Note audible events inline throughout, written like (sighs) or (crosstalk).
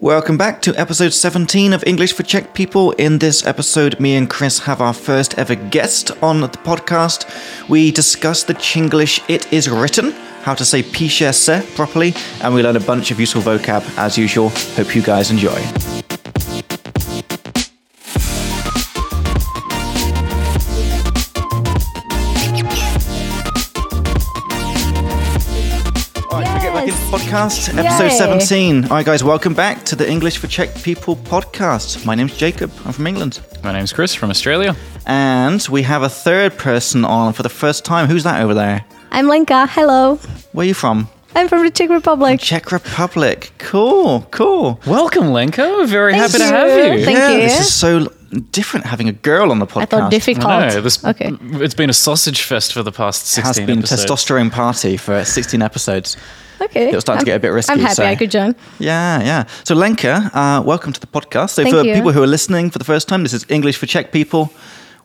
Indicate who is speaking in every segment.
Speaker 1: Welcome back to episode 17 of English for Czech People. In this episode, me and Chris have our first ever guest on the podcast. We discuss the Chinglish It Is Written, how to say píše se properly, and we learn a bunch of useful vocab as usual. Hope you guys enjoy. All right, should we get back into the Podcast episode
Speaker 2: Yay.
Speaker 1: 17. All right, guys, welcome back to the English for Czech People podcast. My name's Jacob. I'm from England.
Speaker 3: My name's Chris from Australia.
Speaker 1: And we have a third person on for the first time. Who's that over there?
Speaker 2: I'm Lenka. Hello.
Speaker 1: Where are you from?
Speaker 2: I'm from the Czech Republic.
Speaker 1: Czech Republic. Cool, cool.
Speaker 3: Welcome, Lenko. We're Very
Speaker 2: Thank
Speaker 3: happy to
Speaker 2: you.
Speaker 3: have you.
Speaker 2: Thank
Speaker 1: yeah,
Speaker 2: you.
Speaker 1: this is so l- different having a girl on the podcast.
Speaker 2: I thought difficult.
Speaker 3: I know, this,
Speaker 2: okay.
Speaker 3: It's been a sausage fest for the past
Speaker 1: it has
Speaker 3: 16
Speaker 1: been
Speaker 3: episodes.
Speaker 1: testosterone party for 16 episodes.
Speaker 2: Okay.
Speaker 1: It'll start to
Speaker 2: I'm-
Speaker 1: get a bit risky,
Speaker 2: I'm happy
Speaker 1: so-
Speaker 2: I could join.
Speaker 1: Yeah, yeah. So Lenka, uh, welcome to the podcast. So
Speaker 2: Thank
Speaker 1: for
Speaker 2: you.
Speaker 1: people who are listening for the first time, this is English for Czech people.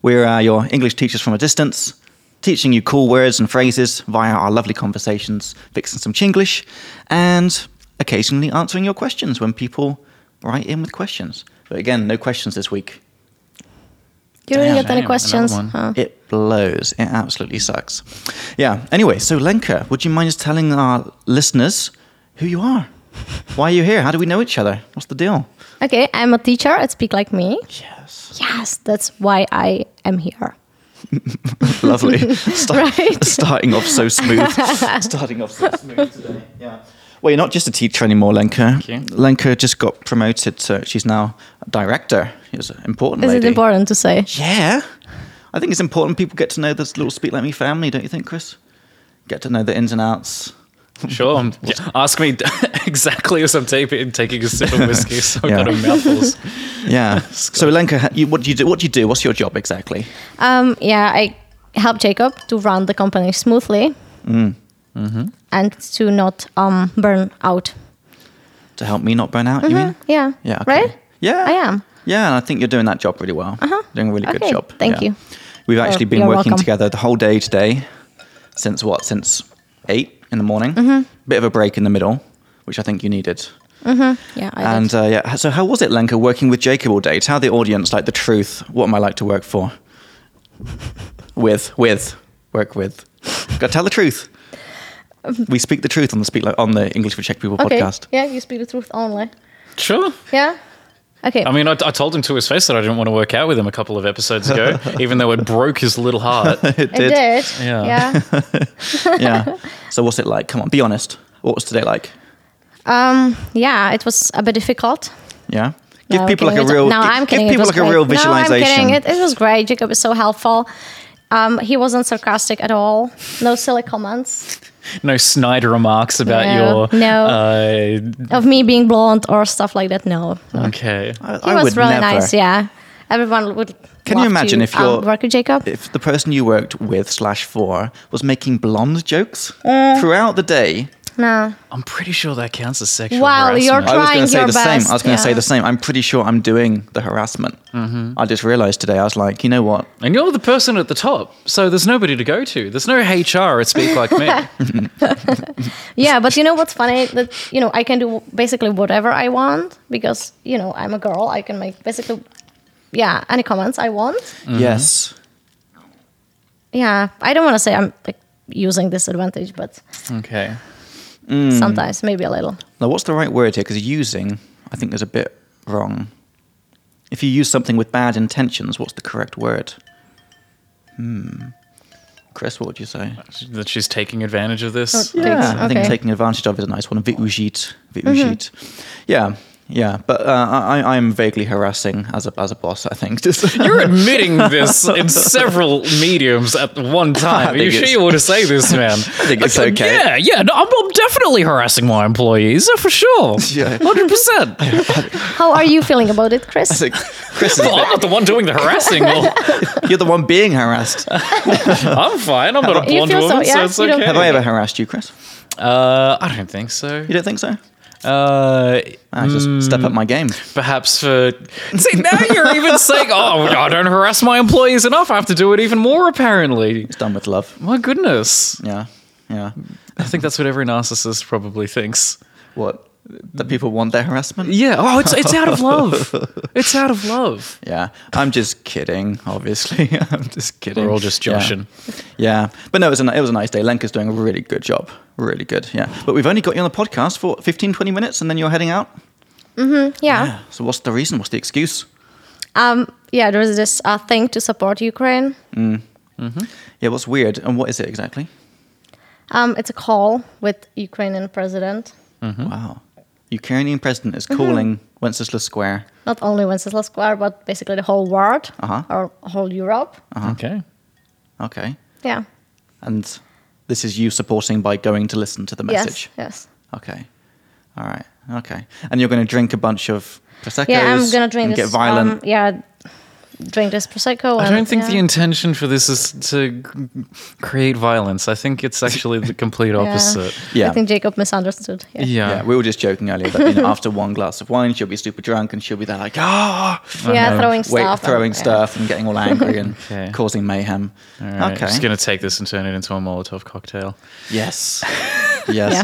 Speaker 1: We're uh, your English teachers from a distance, teaching you cool words and phrases via our lovely conversations, fixing some Chinglish, and occasionally answering your questions when people write in with questions. But again, no questions this week.
Speaker 2: You didn't
Speaker 1: Damn,
Speaker 2: get any
Speaker 3: damn,
Speaker 2: questions.
Speaker 3: another
Speaker 2: Huh.
Speaker 1: It blows. It absolutely sucks. Yeah. Anyway, so Lenka, would you mind just telling our listeners who you
Speaker 2: (laughs)
Speaker 1: are? Why are you here? How do we know each other? What's the deal?
Speaker 2: Okay, I'm a teacher at Speak Like Me.
Speaker 1: Yes.
Speaker 2: Yes, that's why I am here.
Speaker 1: Lovely.
Speaker 2: (laughs)
Speaker 1: Start,
Speaker 2: Right?
Speaker 1: Starting off so
Speaker 2: (laughs)
Speaker 1: smooth. starting off so smooth today. Yeah. Well, you're not just a teacher anymore, Lenka.
Speaker 3: you.
Speaker 1: Lenka just got promoted to, she's now a director. She's an important
Speaker 2: Is
Speaker 1: lady.
Speaker 2: it important to say?
Speaker 1: Yeah. I think it's important people get to know this little Speak Like Me family, don't you think, Chris? Get to know the ins and outs.
Speaker 3: Sure. um, yeah, ask me (laughs) exactly as I'm taping, taking a sip of whiskey, so I've
Speaker 1: Yeah.
Speaker 3: got a mouthfuls. (laughs)
Speaker 1: Yeah. (laughs) so, Lenka, ha- you, what do you do? What do you do? What's your job exactly?
Speaker 2: Um, yeah, I help Jacob to run the company smoothly
Speaker 1: Mm.
Speaker 3: Mm-hmm.
Speaker 2: and to not um, burn out.
Speaker 1: To help me not burn out,
Speaker 2: Mm-hmm.
Speaker 1: you mean?
Speaker 2: Yeah.
Speaker 1: Yeah. okay.
Speaker 2: Right?
Speaker 1: Yeah.
Speaker 2: I am.
Speaker 1: Yeah, and I think you're doing that job really well. Uh-huh. Doing a really good
Speaker 2: Okay,
Speaker 1: job.
Speaker 2: thank you.
Speaker 1: We've actually been
Speaker 2: you're
Speaker 1: working
Speaker 2: welcome.
Speaker 1: together the whole day today, since what? Since eight in the morning. Mm-hmm. Bit of a break in the middle, which I think you needed.
Speaker 2: Yeah, I
Speaker 1: And
Speaker 2: did.
Speaker 1: uh, yeah, so how was it, Lenka, working with Jacob all day? Tell the audience like the truth. What am I like to work
Speaker 2: (laughs)
Speaker 1: for? with, with, work with. Got to tell the truth. We speak the truth on the speak like on the English for Czech People
Speaker 2: Um, okay.
Speaker 1: podcast.
Speaker 2: Yeah, you speak the truth only.
Speaker 3: Sure.
Speaker 2: Yeah? Okay.
Speaker 3: I mean, I, I told him to his face that I didn't want to work out with him a couple of episodes ago, (laughs) even though it broke his little heart.
Speaker 1: It
Speaker 2: I did.
Speaker 3: Yeah. (laughs)
Speaker 2: yeah.
Speaker 1: yeah. (laughs) So what's it like? Come on, be honest. What was today like?
Speaker 2: Um, yeah, it was a bit difficult.
Speaker 1: Yeah. Give
Speaker 2: No,
Speaker 1: people
Speaker 2: I'm
Speaker 1: like a
Speaker 2: kidding.
Speaker 1: real
Speaker 2: No,
Speaker 1: gi-
Speaker 2: I'm
Speaker 1: give
Speaker 2: kidding. It
Speaker 1: people
Speaker 2: was
Speaker 1: like a
Speaker 2: great.
Speaker 1: real
Speaker 2: No, I'm
Speaker 1: visualization.
Speaker 2: kidding. It, it was great. Jacob is so helpful. Um, he wasn't sarcastic at all. No silly comments
Speaker 3: No snide remarks about
Speaker 2: No,
Speaker 3: your.
Speaker 2: no.
Speaker 3: Uh,
Speaker 2: of me being blonde or stuff like that. No, he
Speaker 3: okay.
Speaker 1: I, I
Speaker 2: was
Speaker 1: would
Speaker 2: really
Speaker 1: never.
Speaker 2: nice. Yeah, everyone would.
Speaker 1: Can you
Speaker 2: love
Speaker 1: imagine
Speaker 2: to,
Speaker 1: if you're-
Speaker 2: um, work with Jacob?
Speaker 1: If the person you worked with slash for was making blonde jokes
Speaker 2: Mm.
Speaker 1: throughout the day,
Speaker 2: no,
Speaker 3: I'm pretty sure that counts as sexual
Speaker 2: Wow,
Speaker 3: harassment.
Speaker 2: you're
Speaker 1: I was going
Speaker 2: Trying
Speaker 1: to say
Speaker 2: your
Speaker 1: the same. I
Speaker 2: best,
Speaker 1: was going to say
Speaker 2: yeah.
Speaker 1: the same. I'm pretty sure I'm doing the harassment. Mm-hmm. I just realized today. I was like, you know what?
Speaker 3: And you're the person at the top, so there's nobody to go to. There's no HR at Speak Like
Speaker 2: (laughs)
Speaker 3: Me.
Speaker 2: yeah, but you know what's funny? That you know I can do basically whatever I want because you know I'm a girl. I can make basically, yeah, any comments I want.
Speaker 1: Yes.
Speaker 2: Yeah, I don't want to say I'm like using this advantage, but
Speaker 3: okay.
Speaker 1: Hmm.
Speaker 2: sometimes maybe a little.
Speaker 1: Now, what's the right word here? Because using, I think, is a bit wrong. If you use something with bad intentions, what's the correct word? Hmm. Chris, what would you say?
Speaker 3: That she's taking advantage of this.
Speaker 2: Yeah.
Speaker 1: I think
Speaker 2: okay.
Speaker 1: taking advantage of is a nice one. Využít, využít. Yeah, yeah. But uh, I, I am vaguely harassing as a as a boss. I think. (laughs) Just
Speaker 3: (laughs) You're admitting this in several mediums at one
Speaker 1: I
Speaker 3: time. Are
Speaker 1: think
Speaker 3: you sure
Speaker 1: it's-
Speaker 3: you want to say this, man? (laughs) I
Speaker 1: think it's okay.
Speaker 3: Yeah, yeah. No, I'm, I'm definitely harassing my employees uh, for sure.
Speaker 1: Yeah.
Speaker 3: hundred (laughs) percent. I'm
Speaker 2: How are you feeling about it, Chris?
Speaker 1: It's like, Chris, is a
Speaker 3: not the one doing the harassing. Well,
Speaker 1: bit- you're the one being harassed.
Speaker 3: I'm fine. I'm not a
Speaker 2: You
Speaker 3: blonde
Speaker 2: feel so-
Speaker 3: woman, so,
Speaker 2: yeah,
Speaker 3: it's
Speaker 2: you don't-
Speaker 3: okay.
Speaker 1: Have I ever harassed you, Chris?
Speaker 3: Uh, I don't think so.
Speaker 1: You don't think so?
Speaker 3: Uh,
Speaker 1: I just step up my game.
Speaker 3: perhaps for see now you're (laughs) even saying oh i don't harass my employees enough i have to do it even more apparently
Speaker 1: It's done with love.
Speaker 3: my goodness
Speaker 1: Yeah, yeah.
Speaker 3: i think that's what every narcissist probably thinks
Speaker 1: What? that people want their harassment.
Speaker 3: Yeah. Oh, it's it's out of love. It's out of love.
Speaker 1: Yeah, I'm just kidding. Obviously, (laughs) I'm just kidding.
Speaker 3: We're all just
Speaker 1: Yeah.
Speaker 3: joshing.
Speaker 1: Yeah, but no, it was a ni- it was a nice day. Lenka's doing a really good job, really good. Yeah, but we've only got you on the podcast for 15, 20 minutes, and then you're heading out.
Speaker 2: yeah.
Speaker 1: Yeah. So what's the reason? What's the excuse?
Speaker 2: Um, yeah, there is this uh, thing to support Ukraine.
Speaker 1: Yeah, what's weird, and what is it exactly?
Speaker 2: Um, it's a call with Ukrainian president,
Speaker 3: Mm-hmm.
Speaker 1: Wow, Ukrainian president is calling
Speaker 2: Mm-hmm.
Speaker 1: Wenceslas Square.
Speaker 2: not only Wenceslas Square, but basically the whole world
Speaker 1: Uh-huh.
Speaker 2: or whole Europe.
Speaker 3: Okay.
Speaker 1: Okay,
Speaker 2: Yeah.
Speaker 1: and this is you supporting by going to listen to the message.
Speaker 2: Yes. Yes.
Speaker 1: Okay, all right, okay, and you're going to drink a bunch of prosecco.
Speaker 2: Yeah, I'm gonna drink
Speaker 1: and
Speaker 2: this.
Speaker 1: Get violent.
Speaker 2: Um, yeah, drink this prosecco.
Speaker 3: I
Speaker 2: and-
Speaker 3: don't think
Speaker 2: yeah.
Speaker 3: the intention for this is to g- create violence. I think it's actually the
Speaker 2: (laughs)
Speaker 3: complete
Speaker 2: Yeah.
Speaker 3: opposite.
Speaker 1: Yeah.
Speaker 2: I think Jacob misunderstood. Yeah.
Speaker 3: Yeah.
Speaker 1: yeah, we were just joking earlier that you
Speaker 3: (laughs)
Speaker 1: know, after one glass of wine, she'll be super drunk and she'll be there like, ah,
Speaker 2: Yeah,
Speaker 3: know.
Speaker 2: throwing
Speaker 1: wait,
Speaker 2: stuff.
Speaker 1: throwing
Speaker 2: and, yeah.
Speaker 1: stuff and getting all angry
Speaker 2: (laughs)
Speaker 1: and
Speaker 3: Okay.
Speaker 1: causing mayhem.
Speaker 3: All right,
Speaker 1: Okay.
Speaker 3: I'm just gonna take this and turn it into a Molotov cocktail.
Speaker 2: Uh-huh. (laughs)
Speaker 1: Yes. yes.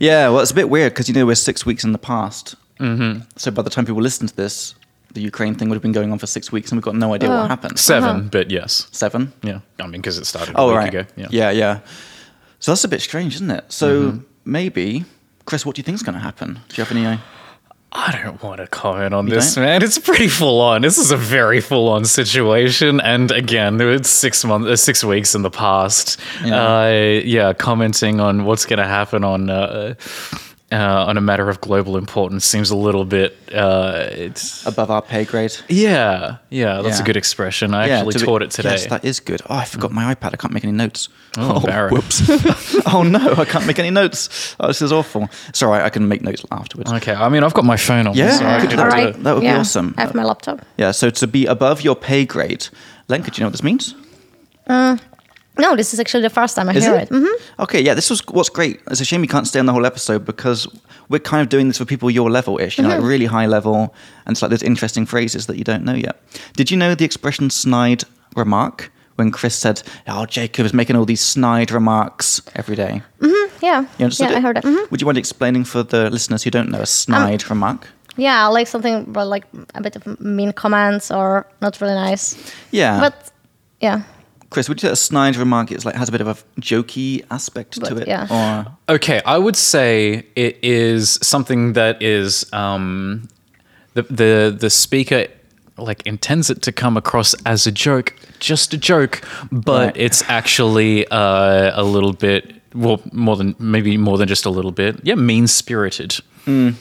Speaker 1: Yeah. Well, it's a bit weird because you know we're six weeks in the past. Mm-hmm. So by the time people listen to this, the Ukraine thing would have been going on for six weeks, and we've got no idea
Speaker 2: Oh.
Speaker 1: what happened.
Speaker 3: 7 but yes.
Speaker 1: Seven.
Speaker 3: Yeah. I mean, because it started a
Speaker 1: Oh,
Speaker 3: week
Speaker 1: right.
Speaker 3: ago. Yeah. Mm-hmm.
Speaker 1: yeah, yeah. So that's a bit strange, isn't it? So maybe, Chris, what do you think's going to happen? Do you have any? uh,
Speaker 3: I don't want to comment on this,
Speaker 1: don't?
Speaker 3: man. It's pretty full on. This is a very full on situation, and again, it's six months, uh, six weeks in the past.
Speaker 1: Yeah.
Speaker 3: Yeah, uh, yeah commenting on what's going to happen on uh, uh, on a matter of global importance seems a little bit. Uh, it's
Speaker 1: Above our pay grade.
Speaker 3: yeah, yeah. That's
Speaker 1: Yeah.
Speaker 3: a good expression. I actually
Speaker 1: to be-
Speaker 3: taught it today.
Speaker 1: Yes, that is good. Oh, I forgot my iPad. I can't make any notes. (laughs)
Speaker 3: Oh, Barrett.
Speaker 1: whoops. oh no, I can't make any notes. Oh, this is awful. It's all right. I can make notes afterwards.
Speaker 3: (laughs) okay, I mean, I've got my phone on.
Speaker 1: Yeah,
Speaker 3: so I
Speaker 1: good.
Speaker 3: could
Speaker 1: All
Speaker 3: do
Speaker 1: right.
Speaker 3: it.
Speaker 1: That would be
Speaker 2: yeah.
Speaker 1: awesome.
Speaker 2: I have my laptop.
Speaker 1: Yeah. So to be above your pay grade, Lenka, do you know what this means?
Speaker 2: No, this is actually the first time I
Speaker 1: Is
Speaker 2: hear
Speaker 1: it?
Speaker 2: it. Mhm.
Speaker 1: Okay. Yeah. This was what's great. It's a shame you can't stay on the whole episode because we're kind of doing this for people your level ish, you know, like really high level, and it's like those interesting phrases that you don't know yet. Did you know the expression "snide remark"? When Chris said, "Oh, Jacob is making all these snide remarks every day."
Speaker 2: Yeah.
Speaker 1: You understood
Speaker 2: yeah,
Speaker 1: it? Mm-hmm.
Speaker 2: I heard it. Oh. Mhm.
Speaker 1: Would you mind explaining for the listeners who don't know a snide remark?
Speaker 2: Yeah, like something but like a bit of mean comments or not really nice.
Speaker 1: Yeah.
Speaker 2: But yeah,
Speaker 1: Chris, would you say a snide remark is like has a bit of a jokey aspect to
Speaker 2: But,
Speaker 1: it?
Speaker 2: yeah.
Speaker 1: Or
Speaker 3: Okay, I would say it is something that is um, the the the speaker like intends it to come across as a joke, just a joke, but
Speaker 1: Right.
Speaker 3: it's actually uh, a little bit well, more than maybe more than just a little bit. Yeah, mean spirited. Yeah.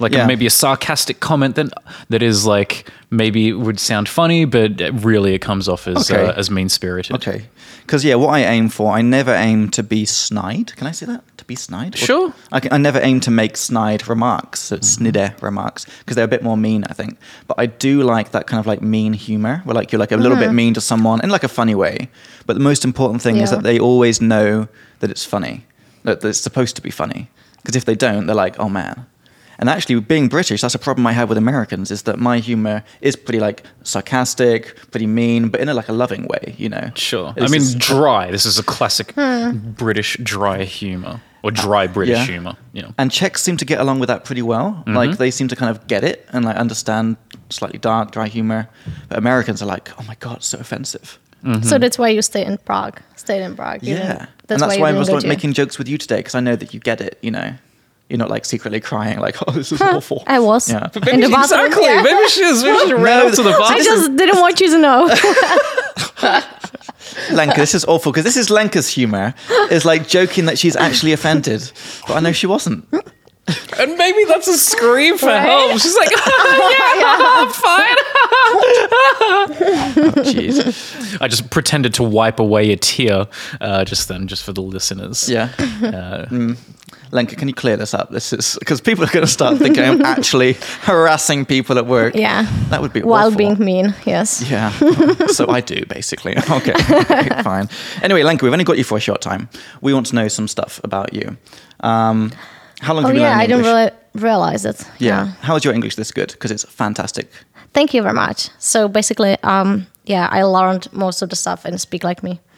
Speaker 3: Like
Speaker 1: Mm. Yeah.
Speaker 3: maybe a sarcastic comment that that is like maybe would sound funny, but really it comes off as
Speaker 1: Okay.
Speaker 3: uh, as mean spirited.
Speaker 1: okay. Because yeah, what I aim for, I never aim to be snide. Can I say that? To be snide? Or-
Speaker 3: Sure.
Speaker 1: I, can, I never aim to make snide remarks, so it's snide remarks, because they're a bit more mean, I think. But I do like that kind of like mean humor, where like you're like a little bit mean to someone in like a funny way. But the most important thing is
Speaker 2: Yeah.
Speaker 1: that they always know that it's funny, that that it's supposed to be funny. Because if they don't, they're like, oh man. And actually, being British, that's a problem I have with Americans is that my humor is pretty like sarcastic, pretty mean, but in a like a loving way, you know.
Speaker 3: Sure.
Speaker 1: It's
Speaker 3: I mean,
Speaker 1: just-
Speaker 3: dry. This is a classic British dry humor or dry British
Speaker 1: yeah.
Speaker 3: humor. Yeah.
Speaker 1: and Czechs seem to get along with that pretty well.
Speaker 3: Mm-hmm.
Speaker 1: Like they seem to kind of get it and like understand slightly dark, dry humor. But Americans are like, oh my god, it's so offensive.
Speaker 2: so that's why you stay in Prague. Stayed in Prague. you
Speaker 1: Mm-hmm. Yeah,
Speaker 2: didn't-
Speaker 1: and that's
Speaker 2: you
Speaker 1: why I
Speaker 2: didn't
Speaker 1: was
Speaker 2: go
Speaker 1: like
Speaker 2: to-
Speaker 1: making jokes with you today because I know that you get it. You know, you're not like secretly crying like, (laughs) oh, this is
Speaker 2: Huh,
Speaker 1: awful.
Speaker 2: I was
Speaker 1: Yeah.
Speaker 2: in the bathroom.
Speaker 3: exactly.
Speaker 2: yeah.
Speaker 3: Maybe she is. Maybe she ran
Speaker 1: No,
Speaker 3: up to the
Speaker 2: I
Speaker 3: box.
Speaker 2: just didn't want you to
Speaker 1: (laughs)
Speaker 2: know. (laughs)
Speaker 1: Lenka, this is awful because this is Lenka's humor. Is like joking that she's actually offended, but I know she wasn't.
Speaker 3: And maybe that's a scream for
Speaker 2: Right?
Speaker 3: help. She's like, yeah, I'm fine.
Speaker 1: Jeez.
Speaker 3: (laughs) I just pretended to wipe away a tear uh, just then, just for the listeners.
Speaker 1: Yeah. (laughs)
Speaker 3: Uh,
Speaker 1: Mm. Lenka, can you clear this up? This is because people are going to start thinking I'm
Speaker 2: (laughs)
Speaker 1: actually harassing people at work.
Speaker 2: yeah.
Speaker 1: That would be
Speaker 2: While
Speaker 1: awful.
Speaker 2: being mean, yes. (laughs)
Speaker 1: Yeah. so I do, basically. (laughs) Okay. Fine. Anyway, Lenka, we've only got you for a short time. We want to know some stuff about you. Um, how long
Speaker 2: Oh
Speaker 1: have you been
Speaker 2: yeah,
Speaker 1: learning
Speaker 2: I didn't
Speaker 1: English?
Speaker 2: really realize it.
Speaker 1: yeah. How is your English this good? Because it's fantastic.
Speaker 2: Thank you very much. So basically, um, yeah, I learned most of the stuff in Speak Like Me.
Speaker 1: (laughs)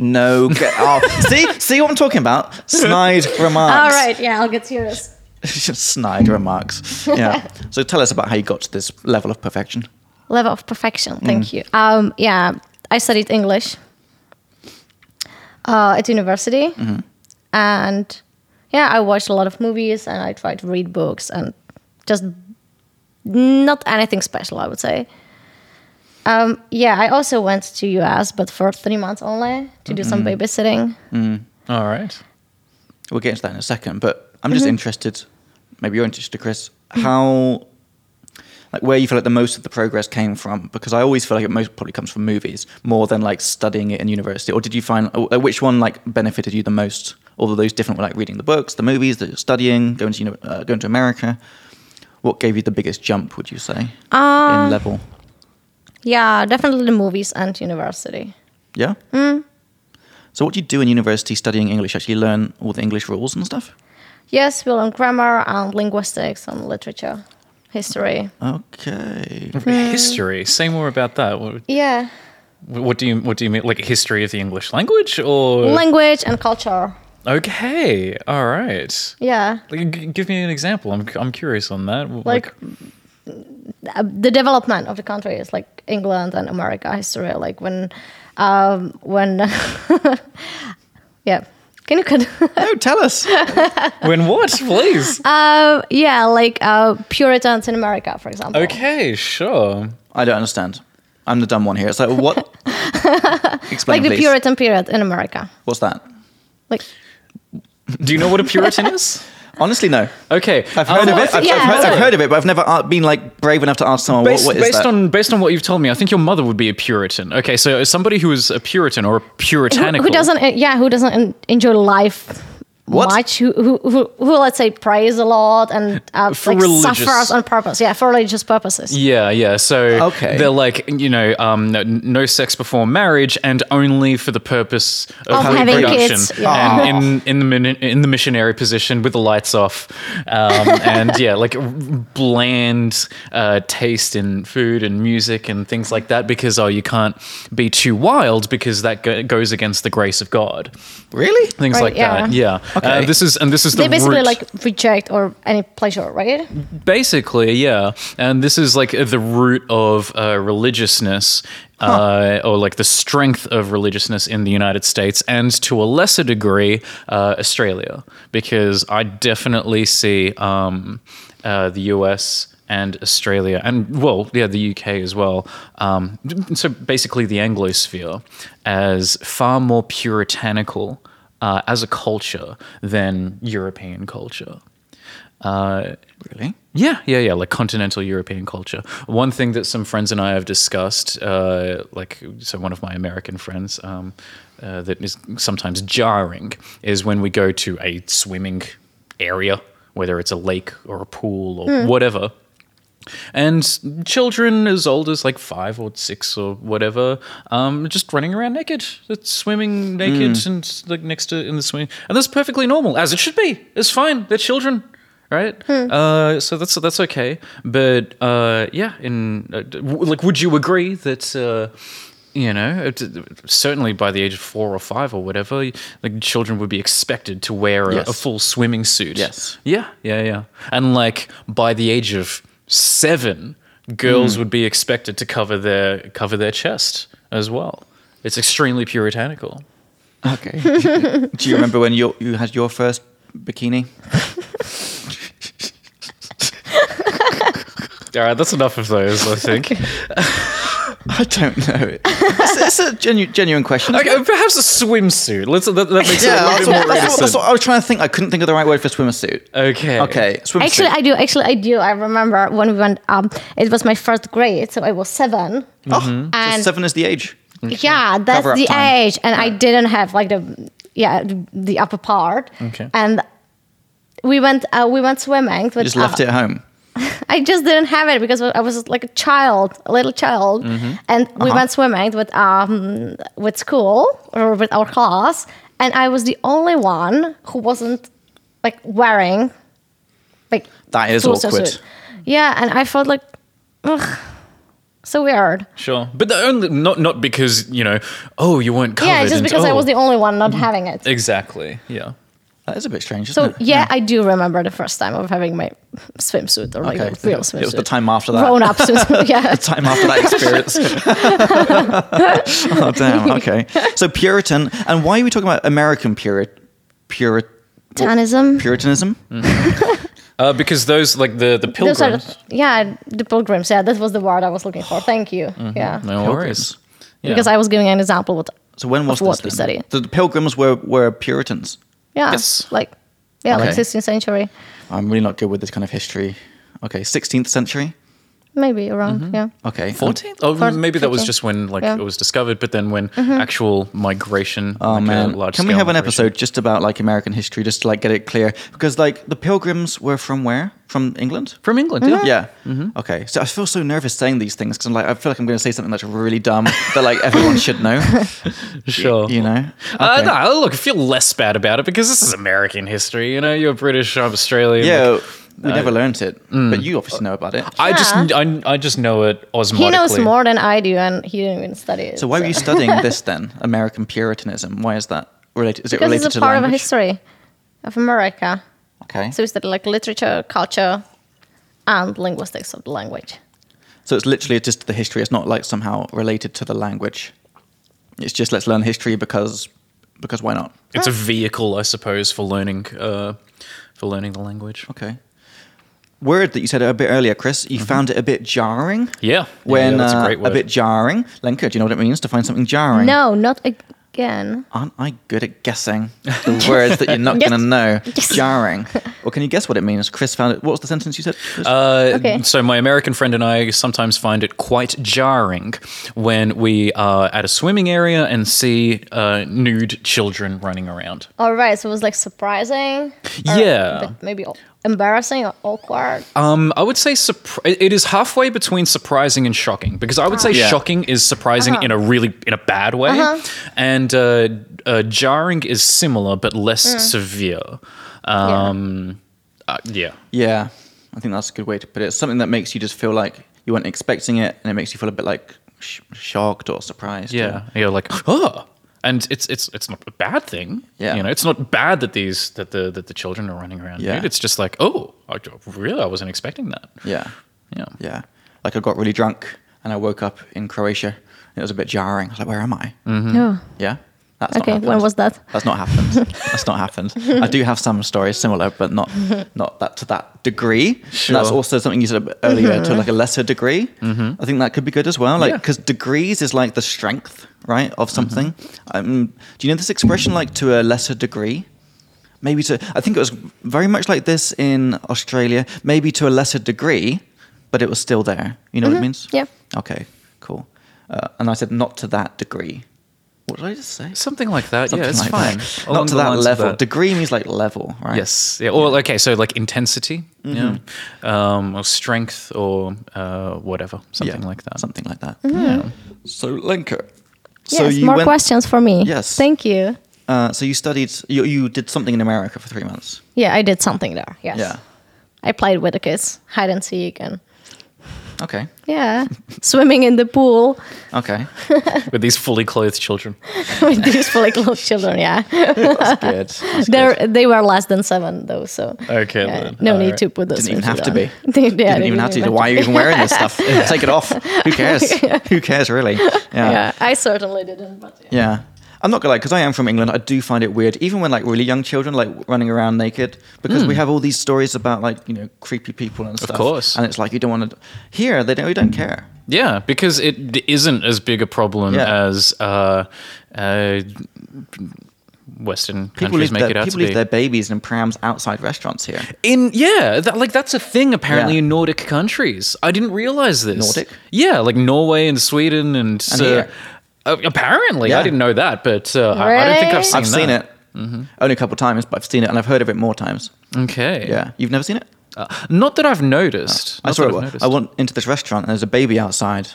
Speaker 1: No. Get, oh, see? See what I'm talking about? Snide remarks.
Speaker 2: (laughs)
Speaker 1: (laughs)
Speaker 2: All right, yeah, I'll get serious.
Speaker 1: Snide remarks.
Speaker 2: (laughs)
Speaker 1: Yeah. so tell us about how you got to this level of perfection.
Speaker 2: level of perfection. Thank you. Um, yeah, I studied English uh, at university, and yeah, I watched a lot of movies and I tried to read books and just not anything special, I would say. Um, yeah, I also went to US, but for three months only to do some babysitting.
Speaker 3: All right.
Speaker 1: We'll get into that in a second, but I'm just interested. Maybe you're interested, Chris. How, like, where you feel like the most of the progress came from? Because I always feel like it most probably comes from movies more than like studying it in university. Or did you find or, like, which one like benefited you the most? All of those different, like reading the books, the movies, the studying, going to you know, uh, going to America. What gave you the biggest jump? Would you say
Speaker 2: Uh,
Speaker 1: in level?
Speaker 2: Um, Yeah, definitely the movies and university.
Speaker 1: Yeah. So what do you do in university studying English? Actually learn all the English rules and stuff?
Speaker 2: Yes, we learn grammar and linguistics and literature, history.
Speaker 1: Okay.
Speaker 3: History. Say more about that. What,
Speaker 2: Yeah.
Speaker 3: what do you What do you mean? Like history of the English language, or
Speaker 2: language and culture.
Speaker 3: okay, all right.
Speaker 2: Yeah,
Speaker 3: Like, g- give me an example. I'm I'm curious on that. W-
Speaker 2: like, uh, the development of the country is like England and America history. Like when, um, when, (laughs) yeah. Can you cut? (laughs)
Speaker 1: no, tell us.
Speaker 3: when what? Please.
Speaker 2: um, yeah, like uh, Puritans in America, for example.
Speaker 3: okay, sure.
Speaker 1: I don't understand. I'm the dumb one here. It's like what?
Speaker 2: (laughs)
Speaker 1: Explain,
Speaker 2: Like the
Speaker 1: please.
Speaker 2: Puritan period in America.
Speaker 1: What's that?
Speaker 2: Like
Speaker 3: Do you know what a Puritan is?
Speaker 1: Honestly, no.
Speaker 3: (laughs) Okay,
Speaker 1: I've heard
Speaker 3: um,
Speaker 1: of it. I've,
Speaker 2: yeah,
Speaker 1: I've heard,
Speaker 2: sorry.
Speaker 1: I've heard of it, but I've never uh, been like brave enough to ask someone
Speaker 3: Based,
Speaker 1: what, what is
Speaker 3: based
Speaker 1: that.
Speaker 3: on based on what you've told me, I think your mother would be a Puritan. Okay, so somebody who is a Puritan or a
Speaker 2: who,
Speaker 3: puritanical.
Speaker 2: who doesn't? uh, Yeah, who doesn't en- enjoy life?
Speaker 1: What?
Speaker 2: Much who, who who who let's say prays a lot and uh,
Speaker 3: For
Speaker 2: like
Speaker 3: religious-
Speaker 2: suffers on purpose yeah for religious purposes
Speaker 3: Yeah, yeah. So
Speaker 1: Okay.
Speaker 3: they're like, you know, um, no, no sex before marriage, and only for the purpose of,
Speaker 2: Of having
Speaker 3: reproduction.
Speaker 2: kids, yeah.
Speaker 3: And in in the min- in the missionary position with the lights off,
Speaker 1: (laughs)
Speaker 3: um, and yeah, like bland uh, taste in food and music and things like that, because oh, you can't be too wild because that go- goes against the grace of God.
Speaker 1: really?
Speaker 3: Things
Speaker 2: Right,
Speaker 3: like that. Yeah. Uh,
Speaker 1: Okay.
Speaker 3: this is and this is
Speaker 2: they
Speaker 3: the
Speaker 2: basically
Speaker 3: root-
Speaker 2: like reject or any pleasure right
Speaker 3: Basically, yeah. And this is like the root of uh, religiousness, uh, or like the strength of religiousness in the United States, and to a lesser degree, uh, Australia, because I definitely see um, uh, the US. And Australia, and well, yeah, the UK as well. Um, so basically, the Anglosphere as far more puritanical uh, as a culture than European culture. Uh,
Speaker 1: Really?
Speaker 3: yeah, yeah, yeah, like continental European culture. One thing that some friends and I have discussed, uh, like so, one of my American friends, um, uh, that is sometimes jarring, is when we go to a swimming area, whether it's a lake or a pool or whatever. And children as old as like five or six or whatever, um, just running around naked, just swimming naked, and like next to in the swimming, and that's perfectly normal, as it should be. It's fine. They're children, right? Uh, so that's that's okay. But uh, yeah, in uh, d- w- like, would you agree that? Uh, you know, it- certainly by the age of four or five or whatever, like children would be expected to wear a, a
Speaker 1: Yes.
Speaker 3: full swimming suit.
Speaker 1: Yes.
Speaker 3: Yeah, yeah, yeah. And like by the age of seven, girls would be expected to cover their cover their chest as well. It's extremely puritanical.
Speaker 1: Okay. (laughs) Do you remember when you you had your first bikini?
Speaker 3: All right, that's enough of those. I think. (laughs) okay.
Speaker 1: I don't know. It's, it's a genu- genuine question.
Speaker 3: perhaps a swimsuit. Let's that, that makes
Speaker 1: Yeah,
Speaker 3: it
Speaker 1: that's,
Speaker 3: a little
Speaker 1: what,
Speaker 3: bit
Speaker 1: that's what-
Speaker 3: more
Speaker 1: that's
Speaker 3: reticent.
Speaker 1: what I was trying to think. I couldn't think of the right word for swimsuit.
Speaker 3: Okay.
Speaker 1: Okay, swimsuit.
Speaker 2: actually i do actually i do i remember when we went um it was my first grade so i was seven
Speaker 1: Oh, so
Speaker 2: And-
Speaker 1: seven is the age.
Speaker 2: yeah that's
Speaker 1: Cover-up
Speaker 2: the
Speaker 1: time.
Speaker 2: age and i didn't have like the yeah the- the upper part
Speaker 3: Okay.
Speaker 2: and we went uh, we went swimming
Speaker 1: You just
Speaker 2: uh,
Speaker 1: left it at home.
Speaker 2: I just didn't have it because I was like a child, a little child, and we
Speaker 1: Uh-huh.
Speaker 2: went swimming with um with school or with our class, and I was the only one who wasn't like wearing like
Speaker 1: That is
Speaker 2: full
Speaker 1: awkward.
Speaker 2: swimsuit. Yeah, and I felt like, ugh, so weird.
Speaker 3: Sure, but the only not not because you know. Oh, you weren't covered.
Speaker 2: yeah, just
Speaker 3: and-
Speaker 2: because I
Speaker 3: oh.
Speaker 1: Mm-hmm.
Speaker 2: was the only one not having it.
Speaker 3: Exactly. Yeah.
Speaker 1: That is a bit strange, isn't
Speaker 2: So
Speaker 1: it?
Speaker 2: yeah, I do remember the first time of having my swimsuit or like
Speaker 1: Okay.
Speaker 2: a real
Speaker 1: It was
Speaker 2: swimsuit.
Speaker 1: the time after that. (laughs)
Speaker 2: Grown up swimsuit. Yeah.
Speaker 1: time after that experience. (laughs) oh damn. Okay. So Puritan, and why are we talking about American Purit, Purit,
Speaker 2: Tanism.
Speaker 1: Puritanism?
Speaker 3: Uh, because those like the the
Speaker 2: Those are
Speaker 3: pilgrims.
Speaker 2: the, yeah, the pilgrims. Yeah, that was the word I was looking for. Thank you.
Speaker 1: Mm-hmm.
Speaker 2: Yeah.
Speaker 3: no worries. Yeah.
Speaker 2: Because I was giving an example with
Speaker 1: So when was
Speaker 2: Of what
Speaker 1: this?
Speaker 2: we
Speaker 1: then?
Speaker 2: study.
Speaker 1: So the Pilgrims were were Puritans.
Speaker 2: yeah,
Speaker 3: Yes.
Speaker 2: like yeah, like
Speaker 3: Okay.
Speaker 2: 16th century,
Speaker 1: I'm really not good with this kind of history. Okay, 16th century.
Speaker 2: maybe around
Speaker 1: Mm-hmm.
Speaker 2: yeah.
Speaker 1: Okay, Um, fourteen.
Speaker 3: 14th? Oh,
Speaker 2: Fourth-
Speaker 3: maybe that was
Speaker 2: 14th.
Speaker 3: just when like
Speaker 2: Yeah. Mm-hmm.
Speaker 3: it was discovered, but then when actual migration.
Speaker 1: Oh
Speaker 3: like, a
Speaker 1: man,
Speaker 3: large
Speaker 1: can we
Speaker 3: scale
Speaker 1: have an
Speaker 3: migration-
Speaker 1: episode just about like American history, just to like get it clear? Because like the Pilgrims were from where? From England?
Speaker 3: from England?
Speaker 2: Mm-hmm.
Speaker 3: Yeah.
Speaker 2: (laughs)
Speaker 1: Yeah. Okay. So I feel so nervous saying these things because I'm like, I feel like I'm going to say something that's really dumb that like everyone should
Speaker 2: (laughs)
Speaker 1: know.
Speaker 3: sure.
Speaker 1: You know?
Speaker 3: Uh,
Speaker 1: Okay.
Speaker 3: no, I- look, I feel less bad about it because this is American history. You know, you're British, I'm Australian.
Speaker 1: Yeah. We
Speaker 2: Uh,
Speaker 1: never learnt it,
Speaker 2: mm.
Speaker 1: but you obviously know about it.
Speaker 3: I just,
Speaker 2: Yeah.
Speaker 3: I, I just know it osmotically.
Speaker 2: He knows more than I do, and he didn't even study it.
Speaker 1: So why were
Speaker 2: (laughs)
Speaker 1: you studying this then? American Puritanism. Why is that related? Is it
Speaker 2: Because
Speaker 1: related
Speaker 2: it's
Speaker 1: to
Speaker 2: a part of a
Speaker 1: language?
Speaker 2: history of America.
Speaker 1: Okay.
Speaker 2: So it's that like literature, culture, and linguistics of the language.
Speaker 1: So it's literally just the history. It's not like somehow related to the language. It's just let's learn history because because why not?
Speaker 3: It's a vehicle, I suppose, for learning, uh, for learning the language.
Speaker 1: Okay. Word that you said a bit earlier, Chris.
Speaker 2: Mm-hmm.
Speaker 1: You found it a bit jarring.
Speaker 3: Yeah.
Speaker 1: When
Speaker 3: yeah, that's
Speaker 1: uh,
Speaker 3: a great word.
Speaker 1: bit jarring, Lenka, do you know what it means to find something jarring?
Speaker 2: No, not again.
Speaker 1: Aren't I good at guessing the words that you're not
Speaker 2: Yes.
Speaker 1: going to know?
Speaker 2: Yes.
Speaker 1: Jarring. Well, can you guess what it means? Chris found it. What was the sentence you said? Chris?
Speaker 3: Uh,
Speaker 2: Okay.
Speaker 3: So my American friend and I sometimes find it quite jarring when we are at a swimming area and see uh, nude children running around.
Speaker 2: All Oh, right, so it was like surprising. or
Speaker 3: Yeah.
Speaker 2: a bit maybe o- embarrassing or awkward.
Speaker 3: Um, I would say surpri- it it is halfway between surprising and shocking because I would say
Speaker 1: Yeah.
Speaker 3: shocking is surprising in a really in a bad way, and uh, uh, jarring is similar but less severe. Um, uh, yeah.
Speaker 1: yeah, I think that's a good way to put it. It's something that makes you just feel like you weren't expecting it, and it makes you feel a bit like sh- shocked or surprised. or-
Speaker 3: Yeah, you're like, oh, and it's it's it's not a bad thing.
Speaker 1: Yeah.
Speaker 3: you know, it's not bad that these that the that the children are running around.
Speaker 1: Yeah.
Speaker 3: nude. it's just like, oh, I d- really, I wasn't expecting that.
Speaker 1: yeah,
Speaker 3: Yeah,
Speaker 1: yeah. Like I got really drunk and I woke up in Croatia. And it was a bit jarring. I was like, "Where am I?"
Speaker 2: No.
Speaker 1: Yeah. That's not
Speaker 2: Okay, when
Speaker 1: happened.
Speaker 2: was that?
Speaker 1: That's not
Speaker 2: (laughs)
Speaker 1: happened. That's not happened. I do have some stories similar, but not not that to that degree. And that's
Speaker 3: Sure. Mm-hmm.
Speaker 1: also something you said a bit earlier to like a lesser degree. I think that could be good as well, like
Speaker 3: Yeah.
Speaker 1: because degrees is like the strength, right, of something.
Speaker 3: Mm-hmm.
Speaker 1: Um, do you know this expression, like to a lesser degree? Maybe to I think it was very much like this in Australia. Maybe to a lesser degree, but it was still there. You know what it means?
Speaker 2: Mm-hmm. Yeah.
Speaker 1: Okay. Cool. Uh, and I said not to that degree. What did I just say?
Speaker 3: something like that.
Speaker 1: Something
Speaker 3: yeah, it's
Speaker 1: like
Speaker 3: fine.
Speaker 1: that.
Speaker 3: Along
Speaker 1: Not to
Speaker 3: the
Speaker 1: that
Speaker 3: lines of
Speaker 1: level.
Speaker 3: that.
Speaker 1: Degree means like level, right?
Speaker 3: Yes. Yeah. Or okay. So like intensity,
Speaker 1: Mm-hmm.
Speaker 3: yeah, um, or strength, or uh, whatever, something
Speaker 1: Yeah,
Speaker 3: like that.
Speaker 1: Something like that.
Speaker 3: Yeah.
Speaker 1: So Lenka.
Speaker 2: yes, more questions for me.
Speaker 1: Yes.
Speaker 2: Thank you.
Speaker 1: Uh, so you studied. You, you did something in America for three months.
Speaker 2: Yeah, I did something there. Yes.
Speaker 1: Yeah.
Speaker 2: I played with the kids, hide and seek, and
Speaker 1: Okay.
Speaker 2: yeah, (laughs) swimming in the pool (laughs)
Speaker 1: Okay.
Speaker 3: With these fully clothed children.
Speaker 2: with these fully clothed children. Yeah,
Speaker 1: (laughs) That's good.
Speaker 2: (laughs)
Speaker 1: That's
Speaker 2: they
Speaker 1: good.
Speaker 2: they were less than seven though, so
Speaker 3: Okay.
Speaker 2: yeah,
Speaker 3: then.
Speaker 2: no
Speaker 3: All
Speaker 2: need
Speaker 3: right.
Speaker 2: to put those.
Speaker 1: Didn't even
Speaker 2: swimsuit
Speaker 1: have to
Speaker 2: on.
Speaker 1: be.
Speaker 2: (laughs) Yeah, they
Speaker 1: Didn't even have to. Why are you even wearing this stuff? Take it off. Who cares? Who cares really?
Speaker 2: Yeah.
Speaker 1: Yeah. yeah.
Speaker 2: I certainly didn't. But yeah.
Speaker 1: I'm not gonna lie, because I am from England. I do find it weird, even when like really young children like running around naked, because we have all these stories about like you know creepy people and stuff.
Speaker 3: Hmm. course.
Speaker 1: and it's like you don't want to. Here, they don't. We don't care.
Speaker 3: Yeah, because it d- isn't as big a problem
Speaker 1: Yeah.
Speaker 3: as uh, uh, Western
Speaker 1: People
Speaker 3: countries
Speaker 1: leave,
Speaker 3: make
Speaker 1: their,
Speaker 3: it out to
Speaker 1: people leave
Speaker 3: be.
Speaker 1: their babies in prams outside restaurants here.
Speaker 3: in yeah, that, like that's a thing apparently
Speaker 1: Yeah.
Speaker 3: in Nordic countries. I didn't realize this.
Speaker 1: Nordic?
Speaker 3: Yeah, like Norway and Sweden and, uh,
Speaker 1: here.
Speaker 3: uh, apparently I
Speaker 1: Yeah.
Speaker 3: didn't know that, but uh, I, I don't think
Speaker 2: Really?
Speaker 3: I've seen
Speaker 1: I've seen
Speaker 3: that.
Speaker 1: it
Speaker 3: Mm-hmm.
Speaker 1: only a couple of times, but I've seen it and I've heard of it more times.
Speaker 3: Okay.
Speaker 1: Yeah, you've never seen it?
Speaker 3: Uh, not that I've noticed.
Speaker 1: I
Speaker 3: Not
Speaker 1: saw
Speaker 3: that I've
Speaker 1: it.
Speaker 3: noticed.
Speaker 1: I went into this restaurant and there's a baby outside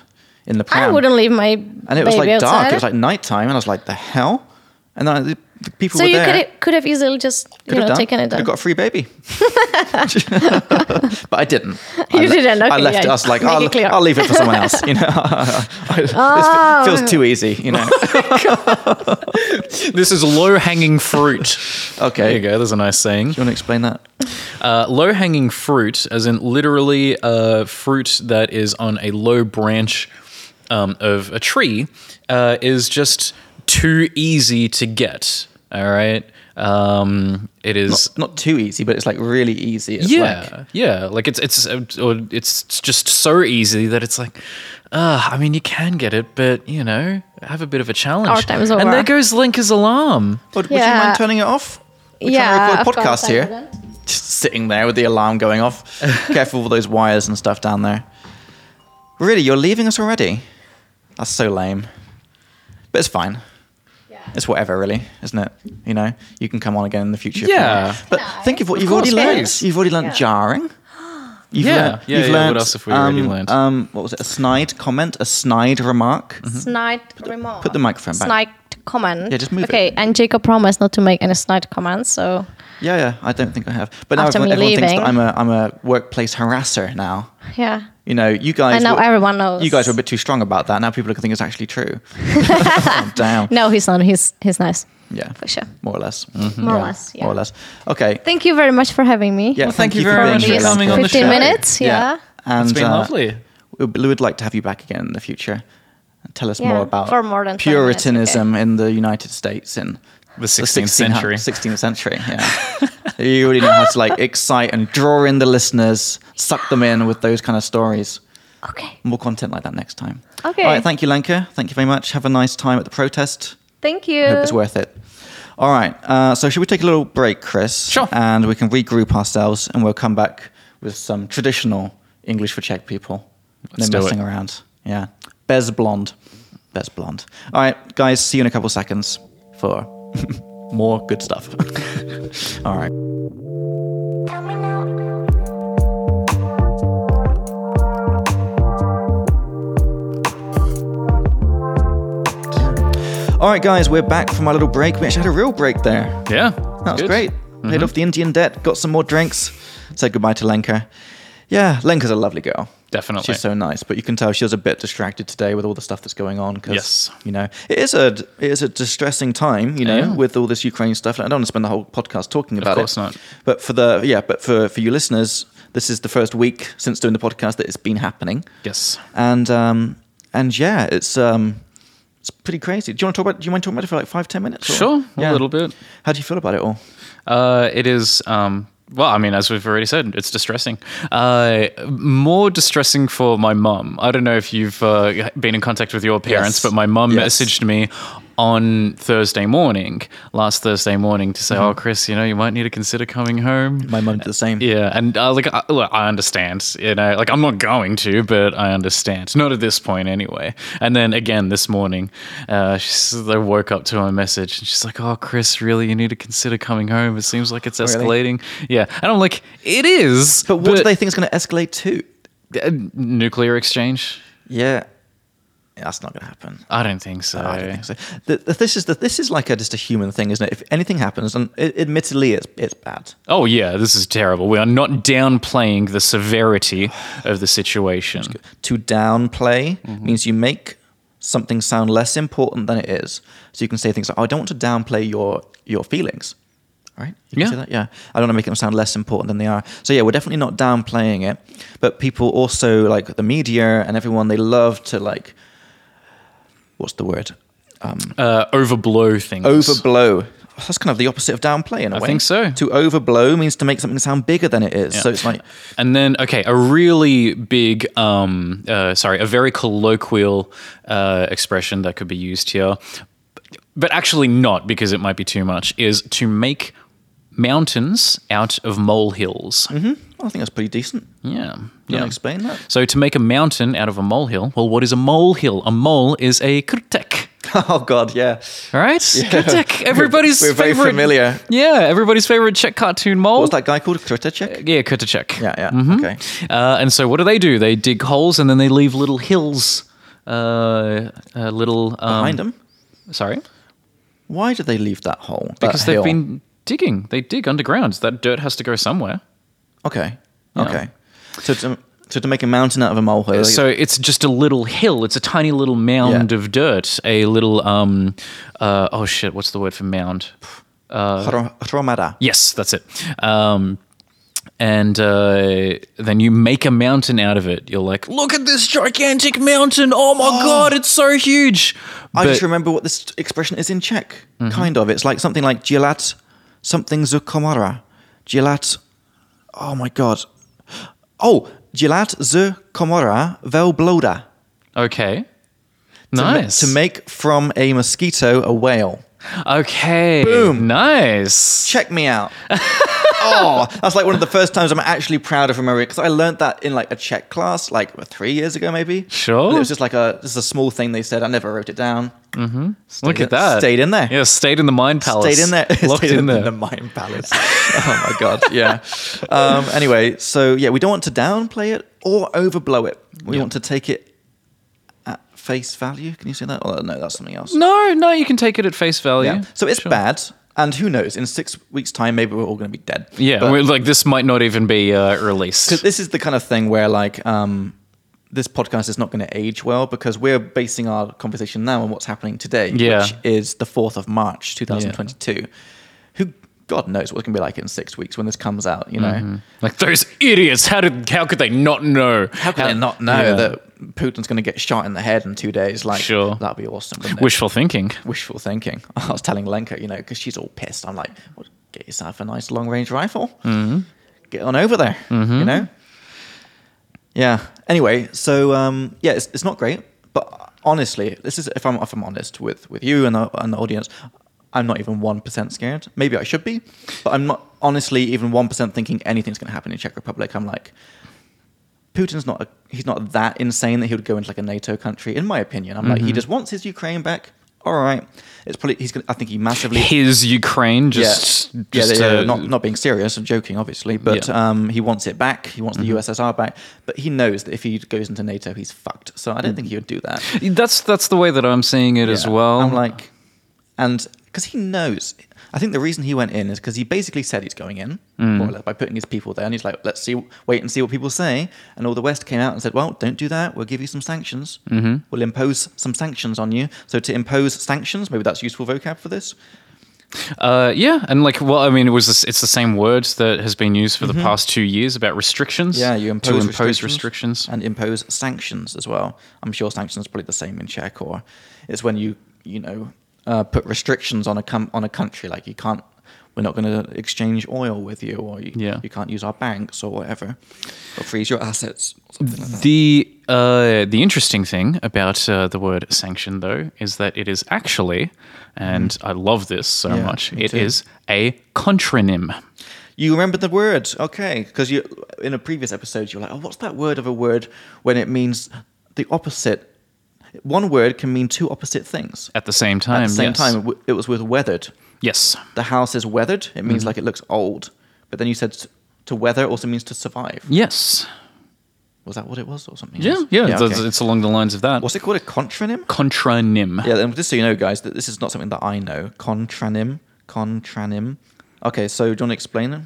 Speaker 1: in the
Speaker 2: I
Speaker 1: pram,
Speaker 2: wouldn't leave my
Speaker 1: and it was
Speaker 2: baby
Speaker 1: like dark.
Speaker 2: outside.
Speaker 1: It was like nighttime, and I was like, "The hell!" And then I, The people
Speaker 2: So
Speaker 1: were
Speaker 2: you
Speaker 1: there.
Speaker 2: could have, could have easily just you
Speaker 1: Could have
Speaker 2: know
Speaker 1: done.
Speaker 2: taken it
Speaker 1: I
Speaker 2: down.
Speaker 1: got a free
Speaker 2: (laughs)
Speaker 1: baby. but I didn't.
Speaker 2: You
Speaker 1: I left-
Speaker 2: didn't,
Speaker 1: I
Speaker 2: okay,
Speaker 1: left
Speaker 2: yeah,
Speaker 1: it. I was like,
Speaker 2: make it
Speaker 1: I'll,
Speaker 2: clear.
Speaker 1: I'll leave it for someone else. You
Speaker 2: (laughs)
Speaker 1: know, (laughs) I- this fe- feels too
Speaker 2: Oh.
Speaker 1: easy. You know.
Speaker 3: This is low hanging fruit.
Speaker 1: (laughs) Okay.
Speaker 3: There you go. There's a nice saying.
Speaker 1: Do you want to explain that?
Speaker 3: Uh, low hanging fruit, as in literally uh, fruit that is on a low branch um, of a tree, uh, is just too easy to get. All right. Um, it is.
Speaker 1: Not too easy, but it's like really easy. It's
Speaker 3: yeah,
Speaker 1: Like,
Speaker 3: yeah. Like it's it's uh, or it's just so easy that it's like, uh, I mean, you can get it, but you know, have a bit of a challenge.
Speaker 2: Our time is
Speaker 3: And
Speaker 2: over.
Speaker 3: there goes Linker's alarm.
Speaker 1: would, would you
Speaker 2: Yeah.
Speaker 1: mind turning it off? We're trying
Speaker 2: yeah,
Speaker 1: to
Speaker 2: I've
Speaker 1: record a
Speaker 2: got
Speaker 1: podcast
Speaker 2: time for
Speaker 1: here. Mm-hmm.
Speaker 2: that.
Speaker 1: Just sitting there with the alarm going
Speaker 3: (laughs)
Speaker 1: off. Careful with those wires and stuff down there. Really, you're leaving us already? That's so lame. But it's fine. It's whatever, really, isn't it? You know, you can come on again in the future. if you
Speaker 3: Yeah.
Speaker 1: want. But think of what you've
Speaker 3: course,
Speaker 1: already learned.
Speaker 3: please.
Speaker 1: You've already learned
Speaker 2: (gasps)
Speaker 1: jarring. You've
Speaker 3: Yeah,
Speaker 1: learnt-
Speaker 3: yeah,
Speaker 1: you've
Speaker 3: yeah, what
Speaker 1: learnt,
Speaker 3: else have we already
Speaker 1: um,
Speaker 3: learnt?
Speaker 1: Um, what was it? A snide comment, a snide remark.
Speaker 3: Mm-hmm.
Speaker 2: Snide remark.
Speaker 1: put the microphone back.
Speaker 2: Snide comment.
Speaker 1: Yeah, just move it.
Speaker 2: Okay, and Jacob promised not to make any snide comments, so
Speaker 1: Yeah, yeah. I don't think I have. But now
Speaker 2: After
Speaker 1: everyone,
Speaker 2: me
Speaker 1: everyone thinks that
Speaker 2: leaving.
Speaker 1: I'm a I'm a workplace harasser now.
Speaker 2: yeah.
Speaker 1: You know, you guys.
Speaker 2: And now
Speaker 1: were-
Speaker 2: everyone knows.
Speaker 1: You guys were a bit too strong about that. Now people are going to think it's actually
Speaker 2: (laughs)
Speaker 1: true. Oh, Damn.
Speaker 2: No, he's not. He's he's nice.
Speaker 1: Yeah.
Speaker 2: For sure.
Speaker 1: More or less.
Speaker 2: More or less, yeah.
Speaker 1: More or less. Okay.
Speaker 2: Thank you very much for having me.
Speaker 1: Yeah.
Speaker 3: Well, thank you very
Speaker 1: being
Speaker 3: much
Speaker 1: here,
Speaker 3: for
Speaker 1: Lance.
Speaker 3: coming on the
Speaker 2: 15
Speaker 3: show.
Speaker 2: minutes, yeah.
Speaker 1: And,
Speaker 3: It's been
Speaker 1: uh,
Speaker 3: lovely.
Speaker 1: We we would like to have you back again in the future. and Tell us
Speaker 2: Yeah,
Speaker 1: more about
Speaker 2: for more than 20 minutes,
Speaker 1: Puritanism in the United States in
Speaker 3: The
Speaker 1: 1600
Speaker 3: 16th century.
Speaker 1: 16th century,
Speaker 3: (laughs)
Speaker 1: yeah. you really know how to like excite and draw in the listeners, suck them in with those kind of stories.
Speaker 2: Okay.
Speaker 1: More content like that next time.
Speaker 2: Okay.
Speaker 1: All right. Thank you, Lenka. Thank you very much. Have a nice time at the protest.
Speaker 2: Thank you.
Speaker 1: I hope it's worth it. All right. Uh, so, should we take a little break, Chris?
Speaker 3: Sure.
Speaker 1: And we can regroup ourselves and we'll come back with some traditional English for Czech people. no
Speaker 3: Let's do it.
Speaker 1: messing around. Yeah. Bez blonde. Bez blonde. All right, guys, see you in a couple seconds for (laughs) more good stuff. (laughs) All right. All right, guys, we're back from our little break. We actually had a real break there.
Speaker 3: Yeah.
Speaker 1: That was
Speaker 3: good. Mm-hmm.
Speaker 1: great. Paid off the Indian debt, got some more drinks, said goodbye to Lenka. Yeah, Lenka's a lovely girl.
Speaker 3: Definitely.
Speaker 1: She's so nice, but you can tell she was a bit distracted today with all the stuff that's going on. Cause,
Speaker 3: Yes.
Speaker 1: you know it is a it is a distressing time, you know,
Speaker 3: Yeah.
Speaker 1: with all this Ukraine stuff. And I don't want to spend the whole podcast talking about
Speaker 3: course
Speaker 1: it.
Speaker 3: not.
Speaker 1: But for the yeah, but for for you listeners, this is the first week since doing the podcast that it's been happening,
Speaker 3: Yes.
Speaker 1: and um and yeah, it's um it's pretty crazy. Do you want to talk about? Do you mind talking about it for like five ten minutes? or-
Speaker 3: Sure, a little bit.
Speaker 1: How do you feel about it all?
Speaker 3: Uh, it is. Um, well, I mean, as we've already said, it's distressing. Uh, more distressing for my mum. I don't know if you've uh, been in contact with your parents,
Speaker 1: Yes.
Speaker 3: but my mum
Speaker 1: Yes.
Speaker 3: messaged me on Thursday morning, last Thursday morning, to
Speaker 1: Mm-hmm.
Speaker 3: say, "Oh, Chris, you know, you might need to consider coming home."
Speaker 1: My mum did the same.
Speaker 3: Yeah, and uh, like I, look, I understand, you know, like I'm not going to, but I understand. Not at this point, anyway. And then again this morning, uh, she's, I woke up to my message, and she's like, "Oh, Chris, really, you need to consider coming home. It seems like it's
Speaker 1: Oh, Really?
Speaker 3: escalating." Yeah, and I'm like, "It is."
Speaker 1: But what do they think is going to escalate to?
Speaker 3: uh, nuclear exchange?
Speaker 1: Yeah. Yeah, That's not going to happen.
Speaker 3: I don't think so.
Speaker 1: Oh, I don't think so. The, the, this is the, this is like a, just a human thing, isn't it? If anything happens, and it, admittedly, it's it's bad.
Speaker 3: Oh yeah, this is terrible. We are not downplaying the severity of the situation.
Speaker 1: To downplay
Speaker 3: Mm-hmm.
Speaker 1: means you make something sound less important than it is. So you can say things like, oh, "I don't want to downplay your your feelings." Right? You can
Speaker 3: Yeah.
Speaker 1: say that. Yeah. I don't want to make them sound less important than they are. So yeah, we're definitely not downplaying it. But people also like the media and everyone they love to like what's the word?
Speaker 3: Uh, overblow things.
Speaker 1: overblow. That's kind of the opposite of downplay in a
Speaker 3: I
Speaker 1: way.
Speaker 3: think so.
Speaker 1: To overblow means to make something sound bigger than it is. So it's like,
Speaker 3: And then, okay, a really big, um, uh, sorry, a very colloquial uh, expression that could be used here, but actually not because it might be too much, is to make mountains out of molehills.
Speaker 1: "Oh, I think that's pretty decent.
Speaker 3: Yeah.
Speaker 1: You yeah.
Speaker 3: Yeah.
Speaker 1: explain that? (laughs)
Speaker 3: So to make a mountain out of a molehill, well, what is a molehill? A mole is a kritek.
Speaker 1: Oh God, yeah.
Speaker 3: All right, kritek.
Speaker 1: (laughs)
Speaker 3: Everybody's
Speaker 1: We're very
Speaker 3: favorite,
Speaker 1: familiar.
Speaker 3: Yeah, everybody's favorite Czech cartoon mole.
Speaker 1: What was that guy called? Krutacek?
Speaker 3: Yeah, kritek.
Speaker 1: Yeah, yeah. Okay.
Speaker 3: Uh, and so, what do they do? They dig holes and then they leave little hills, uh, uh, little um,
Speaker 1: Behind him.
Speaker 3: Sorry,
Speaker 1: Why do they leave that hole? that
Speaker 3: because they've
Speaker 1: Uh, hill?
Speaker 3: been digging. They dig underground. That dirt has to go somewhere.
Speaker 1: okay, okay. So to, so to make a mountain out of a molehill. like-
Speaker 3: So it's just a little hill. It's a tiny little mound
Speaker 1: Yeah.
Speaker 3: of dirt. A little um, uh, oh shit, what's the word for mound?
Speaker 1: Hro- Hromada.
Speaker 3: Yes, that's it. Um, and uh, then you make a mountain out of it. You're like, look at this gigantic mountain. Oh
Speaker 1: (gasps)
Speaker 3: my god, it's so huge.
Speaker 1: I just
Speaker 3: But- Mm-hmm.
Speaker 1: remember what this expression is in Czech. Kind of. It's like something like Gielat, something zukomara. Gielat. Oh my god. Oh, Gielat z komora velbloda.
Speaker 3: okay, nice.
Speaker 1: To make from a mosquito a whale.
Speaker 3: okay,
Speaker 1: Boom.
Speaker 3: nice.
Speaker 1: Check me out. (laughs) oh, that's like one of the first times I'm actually proud of remembering because I learned that in like a Czech class, like what, three years ago, maybe.
Speaker 3: Sure.
Speaker 1: And it was just like a just a small thing they said. I never wrote it down. Mm-hmm.
Speaker 3: Look at that.
Speaker 1: Stayed in there.
Speaker 3: Yeah, stayed in the mind palace.
Speaker 1: Stayed in there. (laughs)
Speaker 3: Locked
Speaker 1: Stayed
Speaker 3: in there.
Speaker 1: The mine palace. oh my god. Yeah. Um, anyway, so yeah, we don't want to downplay it or overblow it. We want to take it at face value. Can you say that? Oh no, that's something else.
Speaker 3: (laughs) no, no, you can take it at face value.
Speaker 1: Yeah. So it's
Speaker 3: Sure.
Speaker 1: bad, and who knows? In six weeks' time, maybe we're all going to be dead.
Speaker 3: Yeah,
Speaker 1: But-
Speaker 3: we're like this might not even be uh, released.
Speaker 1: Because this is the kind of thing where like um, this podcast is not going to age well because we're basing our conversation now on what's happening today,
Speaker 3: Yeah.
Speaker 1: which is the fourth of March, two thousand twenty-two. Who God knows what's going to be like in six weeks when this comes out, you know.
Speaker 3: Like those idiots! How did? How could they not know?
Speaker 1: How can they not know
Speaker 3: yeah.
Speaker 1: that Putin's going to get shot in the head in two days? Like,
Speaker 3: Sure.
Speaker 1: that'd be awesome. wouldn't it?
Speaker 3: Wishful thinking.
Speaker 1: Wishful thinking. (laughs) I was telling Lenka, you know, because she's all pissed. I'm like, well, get yourself a nice long range rifle.
Speaker 3: Mm.
Speaker 1: Get on over there, you know? Yeah. Anyway, so um, yeah, it's, it's not great, but honestly, this is if I'm if I'm honest with with you and the, and the audience, I'm not even one percent scared. Maybe I should be, but I'm not honestly even one percent thinking anything's going to happen in Czech Republic. I'm like, Putin's not a, he's not that insane that he would go into like a NATO country. In my opinion, I'm like he just wants his Ukraine back. All right, it's probably he's gonna, I think he massively
Speaker 3: His Ukraine just
Speaker 1: yeah,
Speaker 3: just
Speaker 1: yeah, yeah,
Speaker 3: uh,
Speaker 1: not not being serious and joking, obviously, but
Speaker 3: Yeah. Mm-hmm.
Speaker 1: um, he wants it back. He wants the USSR back, but he knows that if he goes into NATO, he's fucked. So I don't think he would do that
Speaker 3: That's that's the way that I'm seeing it Mm-hmm. as
Speaker 1: Yeah.
Speaker 3: well.
Speaker 1: I'm like, and because he knows, I think the reason he went in is because he basically said he's going in
Speaker 3: Mm.
Speaker 1: more or less, by putting his people there, and he's like, let's see, wait and see what people say. And all the West came out and said, well, don't do that. We'll give you some sanctions.
Speaker 3: Mm-hmm.
Speaker 1: We'll impose some sanctions on you. So to impose sanctions, maybe that's useful vocab for this.
Speaker 3: uh, yeah, and like, well, I mean, it was this, it's the same words that has been used for the past two years about restrictions.
Speaker 1: Yeah, you impose,
Speaker 3: to impose
Speaker 1: restrictions,
Speaker 3: restrictions.
Speaker 1: and impose sanctions as well. I'm sure sanctions is probably the same in Czech, or it's when you you know uh, put restrictions on a com- on a country, like you can't. We're not going to exchange oil with you, or you,
Speaker 3: Yeah.
Speaker 1: you can't use our banks or whatever, or freeze your assets. Or something like that.
Speaker 3: The uh, the interesting thing about uh, the word sanction, though, is that it is actually, and I love this so
Speaker 1: Mm-hmm. Yeah,
Speaker 3: much.
Speaker 1: me
Speaker 3: It is
Speaker 1: too.
Speaker 3: a contronym.
Speaker 1: You remember the word, okay? Because you in a previous episode you were like, oh, what's that word of a word when it means the opposite? One word can mean two opposite things
Speaker 3: At the same time,
Speaker 1: at the same
Speaker 3: yes.
Speaker 1: time. It, w- it was with weathered.
Speaker 3: yes,
Speaker 1: the house is weathered, it
Speaker 3: Mm-hmm.
Speaker 1: means like it looks old. But then you said s- to weather also means to survive.
Speaker 3: yes,
Speaker 1: Was that what it was or something?
Speaker 3: yeah,
Speaker 1: else?
Speaker 3: yeah. it's,
Speaker 1: okay.
Speaker 3: it's along the lines of that.
Speaker 1: What's it called? A contronym?
Speaker 3: contronym?
Speaker 1: Yeah, and just so you know, guys, that this is not something that I know. Contronym. Contronym. Okay, so do you want to explain it?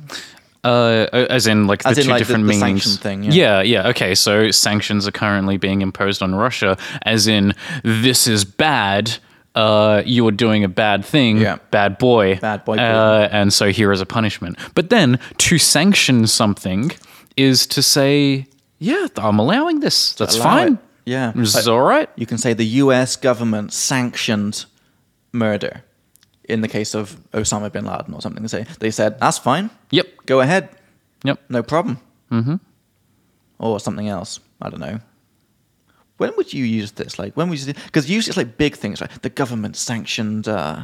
Speaker 3: Uh, as in, like the
Speaker 1: As in,
Speaker 3: two
Speaker 1: like, the-
Speaker 3: different
Speaker 1: the
Speaker 3: meanings.
Speaker 1: sanction thing,
Speaker 3: yeah. yeah, Okay, so sanctions are currently being imposed on Russia, as in this is bad. Uh, you are doing a bad thing.
Speaker 1: Yeah.
Speaker 3: Bad boy.
Speaker 1: Bad boy,
Speaker 3: Uh, and so here is a punishment. But then to sanction something is to say, yeah, I'm allowing this. That's
Speaker 1: Allow
Speaker 3: fine.
Speaker 1: it. Yeah.
Speaker 3: This
Speaker 1: Like,
Speaker 3: is all right.
Speaker 1: You can say the US government sanctioned murder in the case of Osama bin Laden or something. They say they said, That's fine.
Speaker 3: Yep.
Speaker 1: Go ahead.
Speaker 3: Yep.
Speaker 1: No problem. Mm-hmm. Or something else. I don't know. When would you use this? Like, when would you? Because usually it's like big things, like the government sanctioned. Uh,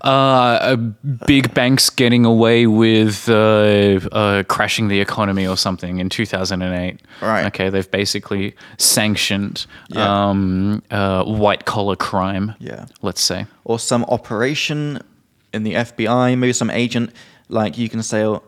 Speaker 3: Uh, big banks getting away with uh, uh, crashing the economy or something in 2008.
Speaker 1: Right.
Speaker 3: Okay, they've basically sanctioned
Speaker 1: Yeah.
Speaker 3: um, uh, white collar crime.
Speaker 1: Yeah.
Speaker 3: Let's say.
Speaker 1: or some operation in the FBI, maybe some agent. Like you can say, oh,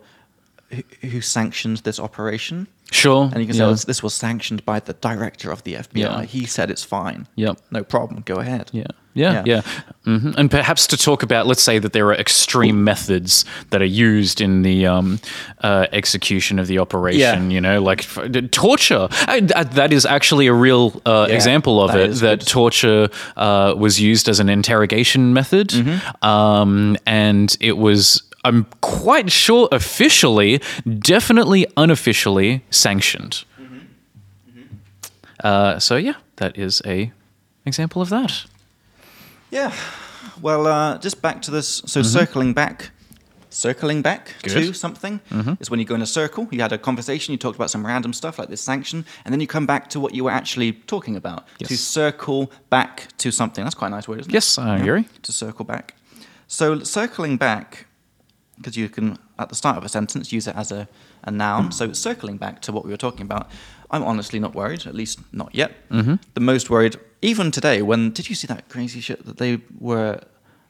Speaker 1: who, who sanctioned this operation?
Speaker 3: Sure.
Speaker 1: And you can say,
Speaker 3: yeah.
Speaker 1: oh, this was sanctioned by the director of the FBI.
Speaker 3: Yeah.
Speaker 1: He said it's fine.
Speaker 3: Yep.
Speaker 1: No problem. Go ahead.
Speaker 3: Yeah. Yeah, yeah. hmm And perhaps to talk about, let's say that there are extreme methods that are used in the um, uh, execution of the operation,
Speaker 1: Yeah.
Speaker 3: you know, like f- d- torture. I, I- that is actually a real uh,
Speaker 1: Yeah,
Speaker 3: example of
Speaker 1: that
Speaker 3: it,
Speaker 1: is
Speaker 3: that
Speaker 1: good.
Speaker 3: torture uh, was used as an interrogation method.
Speaker 1: Mm-hmm.
Speaker 3: Um, and it was. I'm quite sure officially, definitely unofficially sanctioned.
Speaker 1: Mm-hmm.
Speaker 3: Uh, so yeah, that is a example of that.
Speaker 1: Yeah. Well, uh, just back to this. So circling back, circling back to
Speaker 3: Mm-hmm. Good. Mm-hmm.
Speaker 1: something is when you go in a circle. You had a conversation. You talked about some random stuff like this sanction, and then you come back to what you were actually talking about. To
Speaker 3: Yes.
Speaker 1: circle back to something. That's quite a nice word, isn't it?
Speaker 3: Yes, uh, I agree.
Speaker 1: To circle back. So circling back, because you can at the start of a sentence use it as a, a noun. So circling back to what we were talking about. I'm honestly not worried, at least not yet.
Speaker 3: Mm-hmm.
Speaker 1: The most worried, even today, when did you see that crazy shit that they were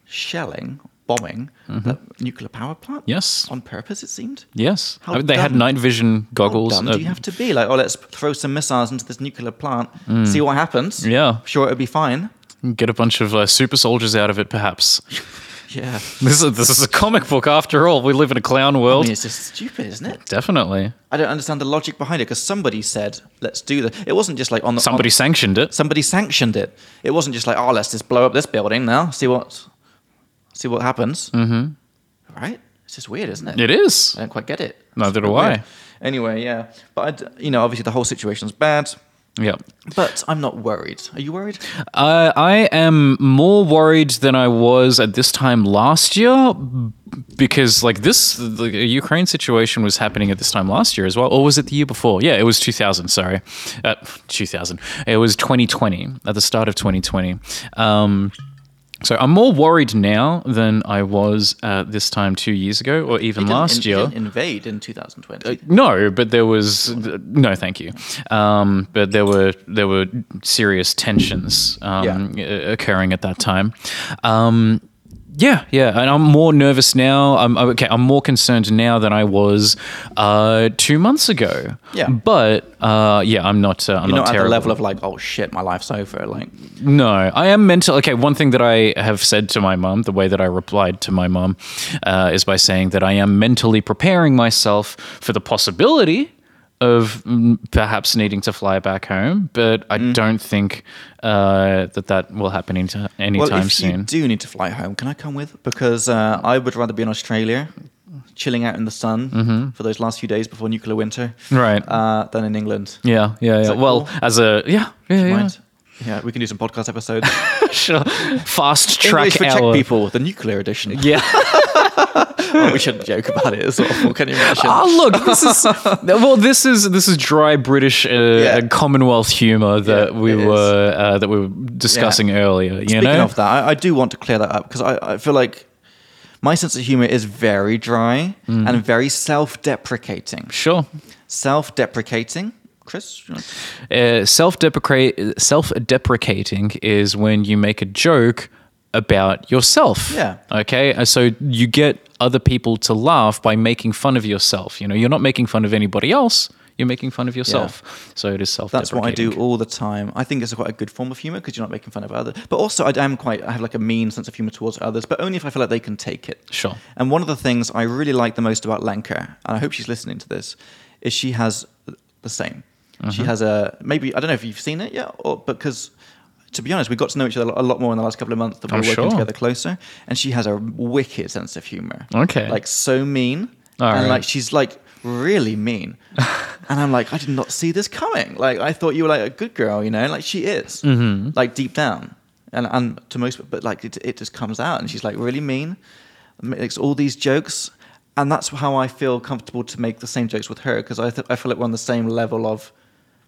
Speaker 1: shelling, bombing that nuclear power plant?
Speaker 3: Mm-hmm. Yes.
Speaker 1: on purpose it seemed.
Speaker 3: Yes,
Speaker 1: How
Speaker 3: I mean, they had
Speaker 1: dumb-
Speaker 3: night vision goggles.
Speaker 1: How dumb
Speaker 3: uh,
Speaker 1: do you have to be? Like, oh, let's throw some missiles into this nuclear plant, see what happens.
Speaker 3: Mm. Yeah.
Speaker 1: sure, it'll be fine.
Speaker 3: Get a bunch of uh, super soldiers out of
Speaker 1: (laughs)
Speaker 3: it, perhaps.
Speaker 1: Yeah,
Speaker 3: This is this is a comic book after all. We live in a clown
Speaker 1: I
Speaker 3: world.
Speaker 1: mean, it's just stupid, isn't it?
Speaker 3: Definitely,
Speaker 1: I don't understand the logic behind it because somebody said, "Let's do that." It wasn't just like on the
Speaker 3: somebody
Speaker 1: on-
Speaker 3: sanctioned it.
Speaker 1: somebody sanctioned it. It wasn't just like, "Oh, let's just blow up this building now, see what, see what happens." Mm-hmm. Right? It's just weird, isn't it?
Speaker 3: It is.
Speaker 1: I don't quite get it.
Speaker 3: Neither
Speaker 1: It's
Speaker 3: do
Speaker 1: weird.
Speaker 3: I.
Speaker 1: Anyway, yeah, but I d you know, obviously the whole situation's bad.
Speaker 3: Yeah,
Speaker 1: But I'm not worried. Are you worried?
Speaker 3: I Uh, I am more worried than I was at this time last year because like this the Ukraine situation was happening at this time last year as well, or was it the year before? Yeah, it was 2000. Sorry, uh, 2000. It was 2020 at the start of 2020. Um, so I'm more worried now than I was uh, this time two years ago, or even
Speaker 1: Didn't
Speaker 3: last
Speaker 1: in-
Speaker 3: year. Uh,
Speaker 1: didn't invade in 2020.
Speaker 3: No, but there was no, thank you. Um, but there were there were serious tensions um, uh, occurring at that time. Um, yeah, yeah, and I'm more nervous now. I'm I'm- okay. I'm more concerned now than I was uh, two months ago.
Speaker 1: Yeah.
Speaker 3: but uh, yeah, I'm not. Uh, I'm
Speaker 1: You're
Speaker 3: not,
Speaker 1: not at
Speaker 3: terrible.
Speaker 1: the level of like, "Oh shit, my life's over." Like,
Speaker 3: No, I am mental. Okay, one thing that I have said to my mum, the way that I replied to my mum, uh, is by saying that I am mentally preparing myself for the possibility of mm, perhaps needing to fly back home, but I
Speaker 1: Mm.
Speaker 3: don't think uh, that that will happen any- anytime
Speaker 1: well, if
Speaker 3: soon.
Speaker 1: you do need to fly home, can I come with? Because uh, I would rather be in Australia, chilling out in the sun for those last few days before nuclear winter,
Speaker 3: Mm-hmm. Right.
Speaker 1: Uh, than in England.
Speaker 3: yeah, yeah, yeah.
Speaker 1: that
Speaker 3: Well,
Speaker 1: cool?
Speaker 3: as a yeah, yeah, yeah.
Speaker 1: Mind? Yeah, we can do some podcast episodes.
Speaker 3: (laughs)
Speaker 1: (laughs)
Speaker 3: Sure. fast track
Speaker 1: English for
Speaker 3: hour.
Speaker 1: Czech people, the nuclear edition.
Speaker 3: (laughs) Yeah.
Speaker 1: Oh, we shouldn't joke about it. It's awful. Can you imagine?
Speaker 3: Oh look, this
Speaker 1: (laughs)
Speaker 3: is well, this is this is dry British uh,
Speaker 1: Yeah.
Speaker 3: Commonwealth humor that
Speaker 1: Yeah,
Speaker 3: we
Speaker 1: it is.
Speaker 3: were uh, that we were discussing earlier. (laughs) You
Speaker 1: Speaking
Speaker 3: know,
Speaker 1: of that, I, I do want to clear that up because I, I feel like my sense of humor is very dry
Speaker 3: Mm.
Speaker 1: and very self-deprecating.
Speaker 3: sure.
Speaker 1: Self-deprecating, Chris. you want-
Speaker 3: Uh, self-deprecate, self-deprecating is when you make a joke about yourself.
Speaker 1: Yeah.
Speaker 3: Okay. Uh, So you get other people to laugh by making fun of yourself. You know, you're not making fun of anybody else. You're making fun of yourself. So it is self-deprecating.
Speaker 1: That's what I do all the time. I think it's quite a good form of humor because you're not making fun of others. But also, I am quite, I have like a mean sense of humor towards others, but only if I feel like they can take it.
Speaker 3: Sure.
Speaker 1: And one of the things I really like the most about Lenka, and I hope she's listening to this, is she has the same.
Speaker 3: Mm-hmm.
Speaker 1: She has a, maybe, I don't know if you've seen it yet, or because. To be honest, we got to know each other a lot more in the last couple of months that we
Speaker 3: Oh,
Speaker 1: were working
Speaker 3: sure.
Speaker 1: together closer. And she has a wicked sense of humor.
Speaker 3: Okay.
Speaker 1: Like so mean.
Speaker 3: All
Speaker 1: and
Speaker 3: right.
Speaker 1: like she's like really mean and i'm like i did not see this coming like i thought you were like a good girl you know like she is like deep down and, and to most but like it, it just comes out and she's like really mean makes all these jokes and that's how i feel comfortable to make the same jokes with her because I, th- I feel like we're on the same level of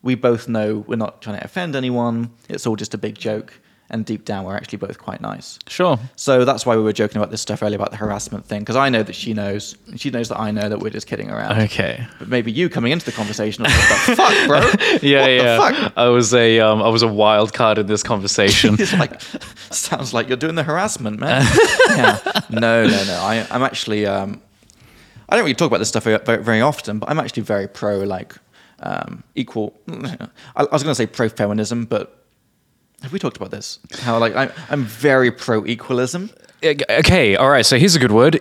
Speaker 1: we both know we're not trying to offend anyone it's all just a big joke and deep down we're actually both quite nice
Speaker 3: Sure.
Speaker 1: so that's why we were joking about this stuff earlier about the harassment thing, because I know that she knows, and she knows that I know that we're just kidding around.
Speaker 3: Okay.
Speaker 1: But maybe you coming into the conversation, was like, "The fuck, bro.
Speaker 3: (laughs)
Speaker 1: (laughs)
Speaker 3: Yeah,
Speaker 1: what
Speaker 3: yeah.
Speaker 1: The fuck?
Speaker 3: I was a um, I was a wild card in this
Speaker 1: (laughs)
Speaker 3: conversation.
Speaker 1: It's like, sounds like you're doing the harassment, man. yeah. No, no, no. I, I'm actually, um, I don't really talk about this stuff very, very very often, but I'm actually very (laughs) pro, like, um, equal. I, I was going to say pro feminism, but Have we talked about this? How like I'm, I'm very pro equalism.
Speaker 3: Eh, Okay, all right. So here's a good word: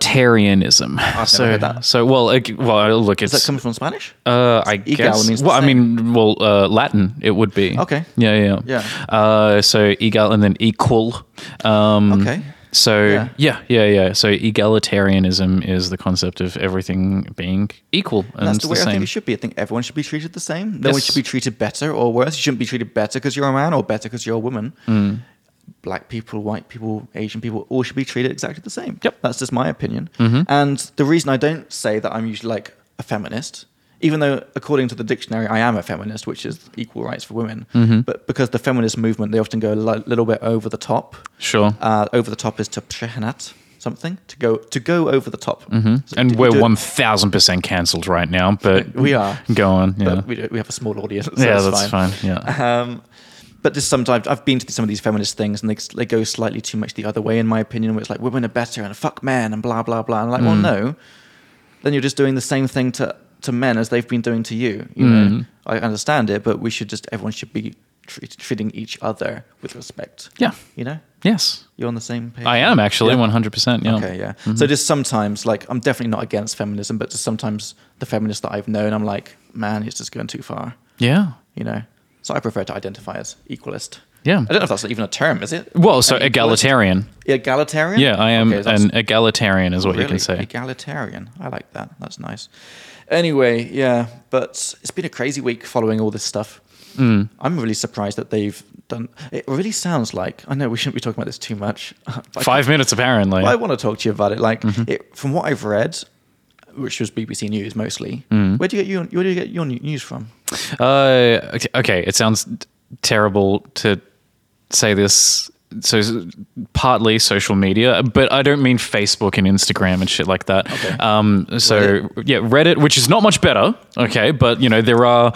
Speaker 3: egalitarianism. so,
Speaker 1: heard that.
Speaker 3: so well, eg- well, look, it's
Speaker 1: Does Ah, that come from Spanish?
Speaker 3: Uh, I
Speaker 1: Egal
Speaker 3: guess.
Speaker 1: means the
Speaker 3: well, I
Speaker 1: same.
Speaker 3: mean, well, uh, Latin it would be.
Speaker 1: Okay.
Speaker 3: Yeah, yeah,
Speaker 1: Yeah.
Speaker 3: Uh, so egal and then equal. Um,
Speaker 1: Okay.
Speaker 3: So
Speaker 1: Yeah.
Speaker 3: yeah. yeah, yeah, So egalitarianism is the concept of everything being equal and
Speaker 1: That's
Speaker 3: it's
Speaker 1: the way I
Speaker 3: same.
Speaker 1: think it should be. I think everyone should be treated the same. No one
Speaker 3: Yes.
Speaker 1: should be treated better or worse. You shouldn't be treated better because you're a man or better because you're a woman.
Speaker 3: Mm.
Speaker 1: Black people, white people, Asian people all should be treated exactly the same.
Speaker 3: Yep. Mm-hmm.
Speaker 1: That's just my opinion. And the reason I don't say that I'm usually like a feminist, even though according to the dictionary I am a feminist, which is equal rights for women,
Speaker 3: Mm-hmm.
Speaker 1: but because the feminist movement, they often go a li- little bit over the top.
Speaker 3: Sure.
Speaker 1: Uh, over the top is to prehenat something to go to go over the top. So
Speaker 3: Mm-hmm. Hmm? and
Speaker 1: you
Speaker 3: we're
Speaker 1: do it-
Speaker 3: one thousand percent cancelled right now, but
Speaker 1: (laughs) We are.
Speaker 3: Go on. Yeah.
Speaker 1: but we, don't- we have a small audience. So
Speaker 3: yeah,
Speaker 1: it's
Speaker 3: that's fine.
Speaker 1: (laughs)
Speaker 3: Yeah.
Speaker 1: Um, but just sometimes I've been to some of these feminist things and they, they go slightly too much the other way, in my opinion, where it's like women are better and fuck men and blah blah blah. And like, well,
Speaker 3: Mm.
Speaker 1: no, then you're just doing the same thing to to men as they've been doing to you. You
Speaker 3: Mm.
Speaker 1: know, I understand it, but we should just everyone should be treat, treating each other with respect.
Speaker 3: Yeah.
Speaker 1: you know,
Speaker 3: Yes.
Speaker 1: you're on the same page.
Speaker 3: I am actually
Speaker 1: Yeah.
Speaker 3: one hundred percent. Yeah. Mm-hmm.
Speaker 1: Okay, yeah. So just sometimes, like, I'm definitely not against feminism, but just sometimes the feminists that I've known, I'm like, man, it's just going too far
Speaker 3: Yeah.
Speaker 1: you know. So I prefer to identify as equalist.
Speaker 3: Yeah.
Speaker 1: I don't know if that's even a term, is it?
Speaker 3: Well, so
Speaker 1: An equalist?
Speaker 3: egalitarian.
Speaker 1: Egalitarian?
Speaker 3: Yeah, I am
Speaker 1: Okay, that's
Speaker 3: an egalitarian, is what you
Speaker 1: really
Speaker 3: can say.
Speaker 1: Egalitarian. I like that. That's nice. Anyway, yeah, but it's been a crazy week following all this stuff.
Speaker 3: Hmm.
Speaker 1: I'm really surprised that they've done. It really sounds like I know we shouldn't be talking about this too much. (laughs) but I
Speaker 3: Five minutes, apparently.
Speaker 1: well, I want to talk to you about it. Like,
Speaker 3: Mm-hmm.
Speaker 1: it, from what I've read, which was BBC News mostly.
Speaker 3: Mm.
Speaker 1: Where do you get your where do you get your new- news from?
Speaker 3: Uh, okay- okay, it sounds t- terrible to say this. So s- partly social media, but I don't mean Facebook and Instagram and shit like that.
Speaker 1: Okay.
Speaker 3: Um, so yeah, Reddit, which is not much better. Okay, but you know there are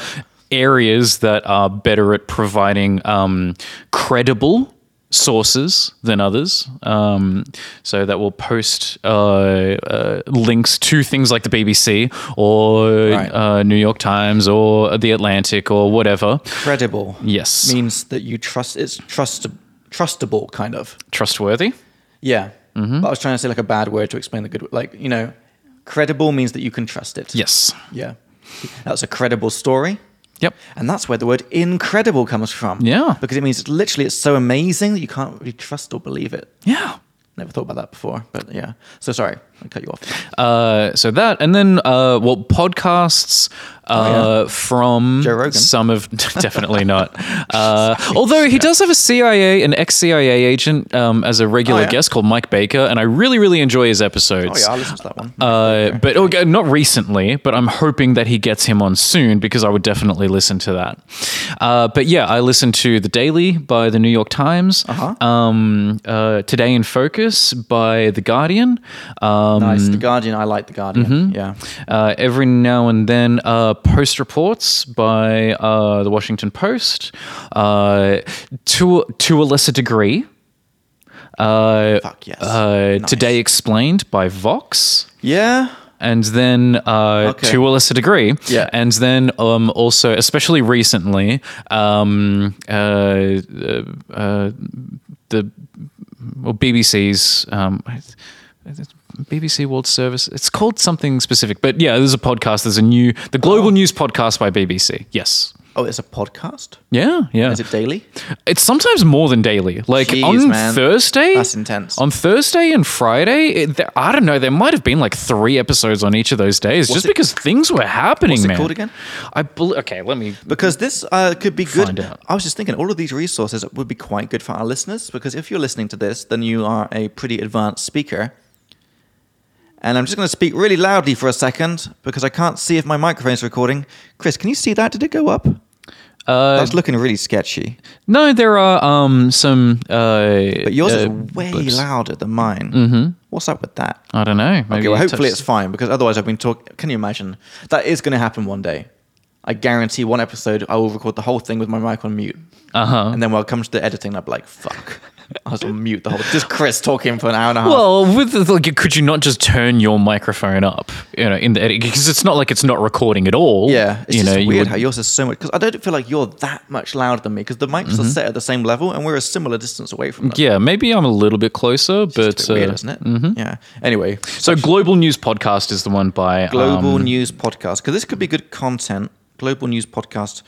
Speaker 3: areas that are better at providing um, credible sources than others. Um, so that will post uh, uh, links to things like the BBC or
Speaker 1: Right.
Speaker 3: uh, New York Times or the Atlantic or whatever.
Speaker 1: credible.
Speaker 3: Yes.
Speaker 1: Means that you trust it's trust trustable kind of.
Speaker 3: Trustworthy.
Speaker 1: Yeah.
Speaker 3: Mm-hmm.
Speaker 1: But I was trying to say like a bad word to explain the good like, you know, credible means that you can trust it.
Speaker 3: Yes.
Speaker 1: Yeah. That's a credible story.
Speaker 3: Yep.
Speaker 1: And that's where the word incredible comes from.
Speaker 3: Yeah.
Speaker 1: Because it means it's literally it's so amazing that you can't really trust or believe it.
Speaker 3: Yeah.
Speaker 1: Never thought about that before, but yeah. So sorry, I cut you off.
Speaker 3: Uh, so that, and then uh, well, podcasts uh, from
Speaker 1: Oh, Joe Rogan. (laughs)
Speaker 3: some of definitely not. Uh, although he does have a CIA, an ex CIA agent um, as a regular
Speaker 1: Oh, yeah.
Speaker 3: guest called Mike Baker, and I really, really enjoy his
Speaker 1: Oh
Speaker 3: episodes.
Speaker 1: yeah, I listened to that one.
Speaker 3: Uh, but okay, not recently, but I'm hoping that he gets him on soon because I would definitely listen to that. Uh, but yeah, I listened to The Daily by the New York Times,
Speaker 1: Uh-huh.
Speaker 3: um, uh, Today in Focus by The Guardian. Um,
Speaker 1: nice. The Guardian, I like The Guardian. Yeah.
Speaker 3: uh, every now and then, uh, post reports by uh, the Washington Post, uh, to to a lesser degree. Uh,
Speaker 1: Fuck yes.
Speaker 3: uh,
Speaker 1: Nice.
Speaker 3: Today explained by Vox
Speaker 1: Yeah.
Speaker 3: and then uh,
Speaker 1: Okay.
Speaker 3: to a lesser degree,
Speaker 1: Yeah.
Speaker 3: and then um, also, especially recently, um, uh, uh, uh, the well, BBC's um, BBC World Service. It's called something specific, but yeah, there's a podcast. There's a new the Global News podcast by BBC. Yes.
Speaker 1: Oh, it's a podcast?
Speaker 3: Yeah, yeah.
Speaker 1: Is it daily?
Speaker 3: It's sometimes more than daily. Like
Speaker 1: Jeez,
Speaker 3: on
Speaker 1: man.
Speaker 3: Thursday,
Speaker 1: That's intense.
Speaker 3: On Thursday and Friday, it, there, I don't know. There might have been like three episodes on each of those days, just
Speaker 1: it-
Speaker 3: because things were happening.
Speaker 1: what's it
Speaker 3: man.
Speaker 1: called again?
Speaker 3: I bel okay. Let me.
Speaker 1: because this uh, could be good.
Speaker 3: Find out.
Speaker 1: I was just thinking all of these resources would be quite good for our listeners because if you're listening to this, then you are a pretty advanced speaker. And I'm just going to speak really loudly for a second because I can't see if my microphone's recording. Chris, can you see that? Did it go up?
Speaker 3: Uh,
Speaker 1: That's looking really sketchy.
Speaker 3: no, there are um some. Uh,
Speaker 1: But yours
Speaker 3: uh,
Speaker 1: is way
Speaker 3: blips.
Speaker 1: louder than mine. Mm-hmm. What's up with that?
Speaker 3: I don't know. Maybe
Speaker 1: Okay, well,
Speaker 3: you
Speaker 1: hopefully
Speaker 3: touched-
Speaker 1: it's fine because otherwise I've been talking. Can you imagine? That is going to happen one day. I guarantee one episode I will record the whole thing with my mic on mute.
Speaker 3: Uh-huh.
Speaker 1: And then when I come to the editing, I'll be like, fuck. (laughs) I was on mute the whole. Just Chris talking for an hour and a half.
Speaker 3: Well, with the, like, could you not just turn your microphone up? You know, in the edit because it's not like it's not recording at all.
Speaker 1: yeah, it's
Speaker 3: you
Speaker 1: just
Speaker 3: know, you
Speaker 1: weird
Speaker 3: would-
Speaker 1: how yours is so much because I don't feel like you're that much louder than me because the mics are set at the same level and we're a similar distance away from them.
Speaker 3: Mm-hmm. yeah, maybe I'm a little bit closer, but
Speaker 1: it's a bit weird,
Speaker 3: uh,
Speaker 1: isn't it? Yeah. Anyway,
Speaker 3: So, Global News Podcast is the one by
Speaker 1: Global
Speaker 3: um,
Speaker 1: News Podcast because this could be good content. Global News Podcast.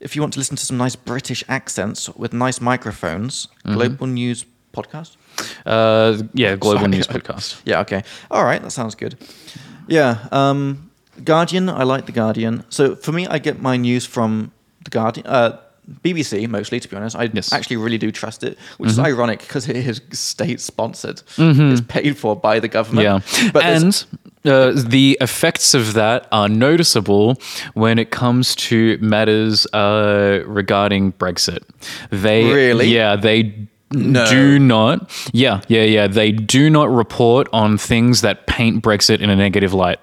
Speaker 1: If you want to listen to some nice British accents with nice microphones,
Speaker 3: Mm-hmm.
Speaker 1: Global News Podcast.
Speaker 3: Uh, yeah, Global
Speaker 1: Sorry.
Speaker 3: News Podcast.
Speaker 1: Yeah, okay. All right, that sounds good. Yeah, um, Guardian, I like The Guardian. So for me, I get my news from The Guardian, uh, BBC mostly, to be honest. I
Speaker 3: Yes. Mm-hmm.
Speaker 1: actually really do trust it, which is ironic because it is state sponsored, it's paid for by the government.
Speaker 3: Yeah,
Speaker 1: But there's-
Speaker 3: and uh, the effects of that are noticeable when it comes to matters uh, regarding Brexit. They
Speaker 1: Really?
Speaker 3: yeah, they do not. Yeah, yeah, yeah. They do not report on things that paint Brexit in a negative light.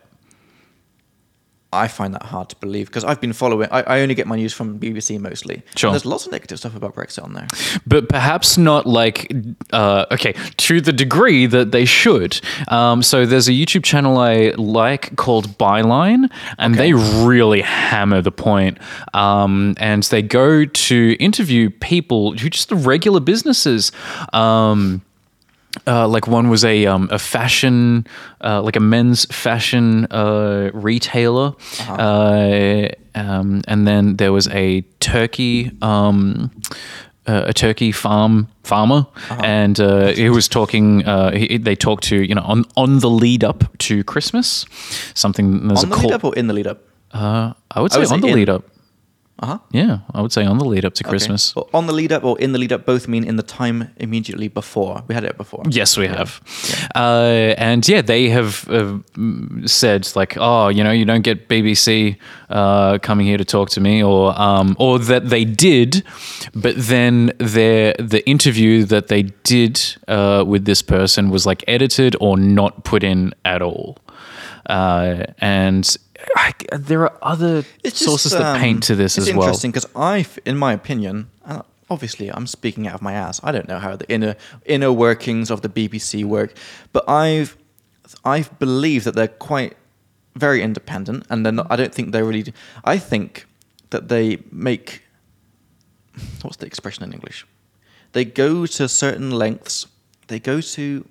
Speaker 1: I find that hard to believe because I've been following, I, I only get my news from BBC mostly. And
Speaker 3: Sure.
Speaker 1: there's lots of negative stuff about Brexit on there.
Speaker 3: but perhaps not like uh, okay to the degree that they should. Um, so there's a YouTube channel I like called Byline, and they really hammer the point. Um, and they go to interview people who just the regular businesses. Um, uh, like one was a um, a fashion uh, like a men's fashion uh, retailer,
Speaker 1: Uh-huh.
Speaker 3: uh um, and then there was a turkey um, uh, a turkey farm farmer,
Speaker 1: Uh-huh.
Speaker 3: and uh, he was talking. Uh, he, they talked to you know on on the lead up to Christmas, something there's
Speaker 1: On the
Speaker 3: a call-
Speaker 1: lead up or in the lead up?
Speaker 3: Uh, I would
Speaker 1: Oh,
Speaker 3: say
Speaker 1: is
Speaker 3: on
Speaker 1: it
Speaker 3: the
Speaker 1: in-
Speaker 3: lead up.
Speaker 1: Uh-huh.
Speaker 3: Yeah, I would say on the lead up to Christmas.
Speaker 1: Okay. Well, on the lead up or in the lead up both mean in the time immediately before. We had it before.
Speaker 3: Yes, we have. Uh, and yeah, they have uh, mm, said like, oh, you know, you don't get BBC uh, coming here to talk to me, or um, or that they did, but then their the interview that they did uh, with this person was like edited or not put in at all, uh, and. I, there are other
Speaker 1: It's just,
Speaker 3: sources that
Speaker 1: um,
Speaker 3: paint to this
Speaker 1: it's
Speaker 3: as well.
Speaker 1: interesting because I, f- in my opinion, and obviously I'm speaking out of my ass. I don't know how the inner inner workings of the BBC work, but I've I've believed that they're quite very independent, and then I don't think they really. I think that they make what's the expression in English? They go to certain lengths. They go to